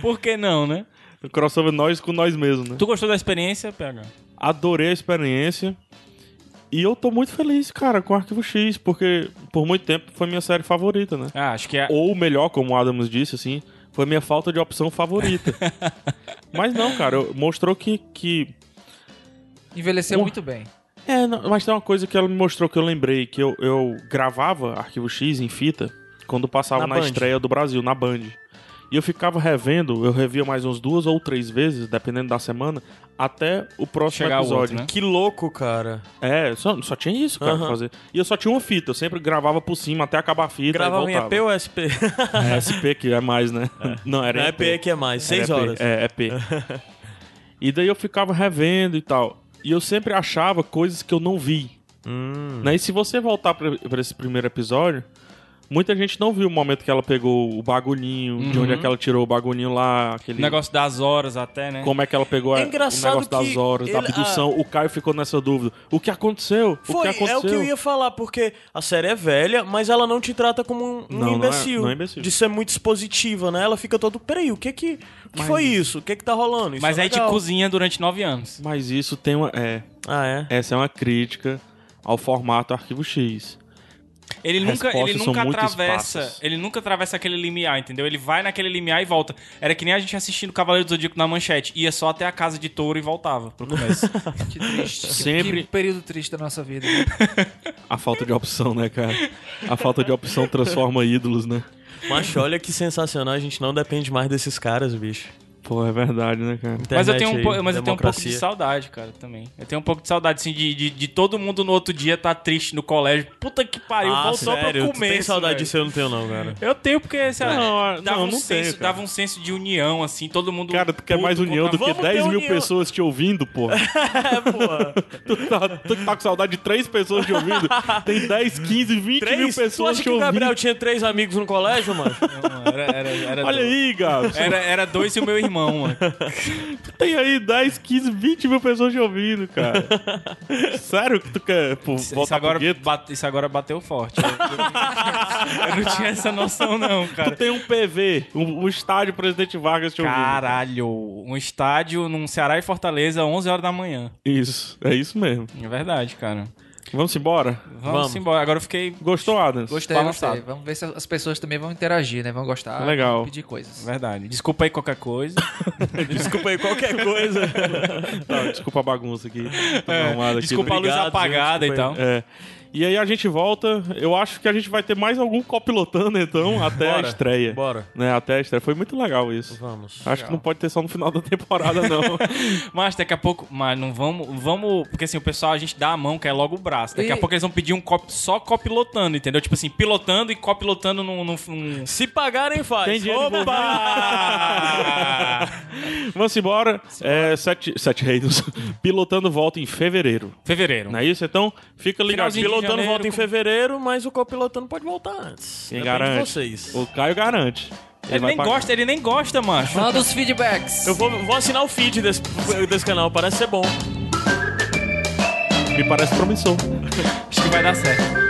S1: Por que não, né?
S2: O Um crossover nós com nós mesmos, né?
S1: Tu gostou da experiência, PH?
S2: Adorei a experiência. E eu tô muito feliz, cara, com o Arquivo X, porque por muito tempo foi minha série favorita, né?
S1: Ah, acho que é.
S2: Ou melhor, como o Adams disse, assim, foi minha falta de opção favorita. mas não, cara, eu- mostrou que, que
S4: Envelheceu
S2: Porra.
S4: muito bem.
S2: É, não, mas tem uma coisa que ela me mostrou que eu lembrei, que eu, eu gravava Arquivo X em fita quando passava
S3: Na
S2: na,
S3: Band.
S2: estreia do Brasil, na Band. E eu ficava revendo, eu revia mais uns duas ou três vezes, dependendo da semana, até o próximo
S1: Chegar o outro,
S2: episódio.
S1: né?
S3: que louco, cara.
S2: É, só, só tinha isso, cara, pra
S3: Aham.
S2: fazer. E eu só tinha uma fita, eu sempre gravava por cima até acabar a fita
S3: Gravava
S2: e
S3: em EP
S2: voltava.
S3: ou SP?
S2: É, SP que é mais, né? Não, era
S3: Não,
S2: em
S3: EP é que é mais,
S2: Era
S3: seis
S2: EP,
S3: horas.
S2: É, EP. e daí eu ficava revendo e tal. E eu sempre achava coisas que eu não vi.
S3: Hum.
S2: Né? E se você voltar pra pra esse primeiro episódio, muita gente não viu o momento que ela pegou o bagulhinho, de
S1: Uhum.
S2: onde é que ela tirou o bagulhinho lá, aquele.
S1: O negócio das horas até, né?
S2: Como é que ela pegou a-
S3: É
S2: o negócio
S3: engraçado
S2: das
S3: que
S2: horas, da
S3: ele- ah.
S2: abdução. O Caio ficou nessa dúvida. O que aconteceu?
S3: Foi,
S2: o que
S3: é
S2: aconteceu?
S3: o que eu ia falar, porque a série é velha, mas ela não te trata como um, um
S2: Não, não é-
S3: imbecil,
S2: não é imbecil.
S3: De ser muito expositiva, né? Ela fica todo, peraí, o que que, o que foi isso? O que que tá rolando? Isso
S1: Mas
S3: é
S1: aí te
S3: legal."
S1: cozinha durante nove anos.
S2: Mas isso tem uma. É,
S3: Ah, é?
S2: essa é uma crítica ao formato arquivo X.
S1: Ele
S2: As
S1: nunca, ele
S2: respostas
S1: nunca
S2: são muito
S1: atravessa.
S2: esparsas.
S1: Ele nunca atravessa aquele limiar, entendeu? Ele vai naquele limiar e volta. Era que nem a gente assistindo Cavaleiro do Zodíaco na manchete. Ia só até a casa de touro e voltava pro começo.
S4: Que triste. Que-
S2: Sempre-
S4: Que período triste da nossa vida. né?
S2: A falta de opção, né, cara? A falta de opção transforma ídolos, né?
S3: Mas olha que sensacional, a gente não depende mais desses caras, bicho.
S2: Pô, é verdade, né, cara?
S1: mas eu
S3: Internet
S1: tenho, um,
S3: aí,
S1: po- mas eu tenho um pouco de
S3: democracia.
S1: saudade, cara, também. Eu tenho um pouco de saudade, assim, de, de, de todo mundo no outro dia tá triste no colégio. Puta que pariu,
S3: Ah,
S1: voltou
S3: sério?
S1: pro
S3: Tu
S1: começo.
S3: tem saudade
S1: velho.
S3: disso? Eu não tenho não, cara.
S1: Eu tenho porque, sei lá,
S2: Não,
S1: dava,
S2: ah, não,
S1: um
S2: não tenho,
S1: senso,
S2: cara.
S1: dava um senso de união, assim, todo mundo.
S2: Cara, tu quer
S1: puto
S2: mais união
S1: contra-
S2: do que
S3: Vamos ter
S2: 10 mil
S3: união.
S2: pessoas te ouvindo, porra.
S3: É, pô.
S2: Tu tá, tu tá com saudade de três pessoas te ouvindo? Tem 10, 15, 20 mil
S3: Três? Tu
S2: pessoas
S3: acha
S2: te
S3: que o
S2: ouvindo.
S3: Gabriel tinha três amigos no colégio, mano?
S1: Não, era, era, era
S2: Olha
S1: dois.
S2: aí, Gabs.
S3: É.
S1: Era, era dois e o meu irmão, mano.
S2: Tem aí 10, 15, 20 mil pessoas te ouvindo, cara. Sério que tu quer pô,
S1: Isso,
S2: voltar
S1: agora
S2: pro gueto?
S1: bate- isso agora bateu forte. Eu, eu- eu não tinha essa noção, não,
S2: Tu
S1: cara.
S2: tem um PV, um, um estádio Presidente Vargas te ouvindo.
S1: Caralho, um estádio num Ceará e Fortaleza, 11 horas da manhã.
S2: Isso, é isso mesmo.
S1: É verdade, cara.
S2: Vamos embora?
S1: Vamos,
S3: Vamos.
S1: embora. Agora eu fiquei.
S2: Gostou, Adams?
S1: Gostei.
S4: Gostei,
S1: Balançado.
S4: gostei. Vamos ver se as pessoas também vão interagir, né? Vão gostar.
S2: Legal.
S4: vão pedir coisas.
S1: Verdade. Desculpa aí qualquer coisa.
S3: Desculpa aí, qualquer coisa.
S2: Tá, desculpa a bagunça aqui. Tô arrumado aqui.
S1: É, desculpa a luz
S3: Obrigado,
S1: apagada então.
S3: gente,
S1: e tal.
S2: É. E aí a gente volta. Eu acho que a gente vai ter mais algum copilotando, então, até a
S3: Bora.
S2: estreia.
S3: Bora.
S2: Né, até a estreia. Foi muito legal isso.
S3: Vamos.
S2: Acho que não pode ter só no final da temporada, não.
S1: Mas daqui a pouco. Mas não vamos. Vamos. Porque assim, o pessoal, a gente dá a mão, que é logo o braço. Daqui a
S4: E-
S1: pouco eles vão pedir um cop, só copilotando, entendeu? Tipo assim, pilotando e copilotando num. num, num...
S3: Se pagarem, faz.
S2: Tem dinheiro
S1: Opa!
S2: Vamos embora. É, sete, sete Reinos. Pilotando volta em fevereiro.
S1: Fevereiro.
S2: Não é isso? Então, fica ligado.
S1: Finalzinho de
S2: Pilotando
S3: Pilotando
S1: janeiro,
S3: volta em
S1: com-
S3: fevereiro, mas o copilotando pode voltar antes.
S2: Quem
S3: Depende
S2: garante?
S3: de vocês.
S2: O Caio garante.
S1: Ele,
S2: vai
S1: nem
S2: pagar.
S1: gosta, ele nem gosta, macho.
S4: Manda os feedbacks.
S3: Eu vou, vou assinar o feed desse, desse canal, parece ser bom.
S2: Me parece promissor.
S1: Acho que vai dar certo.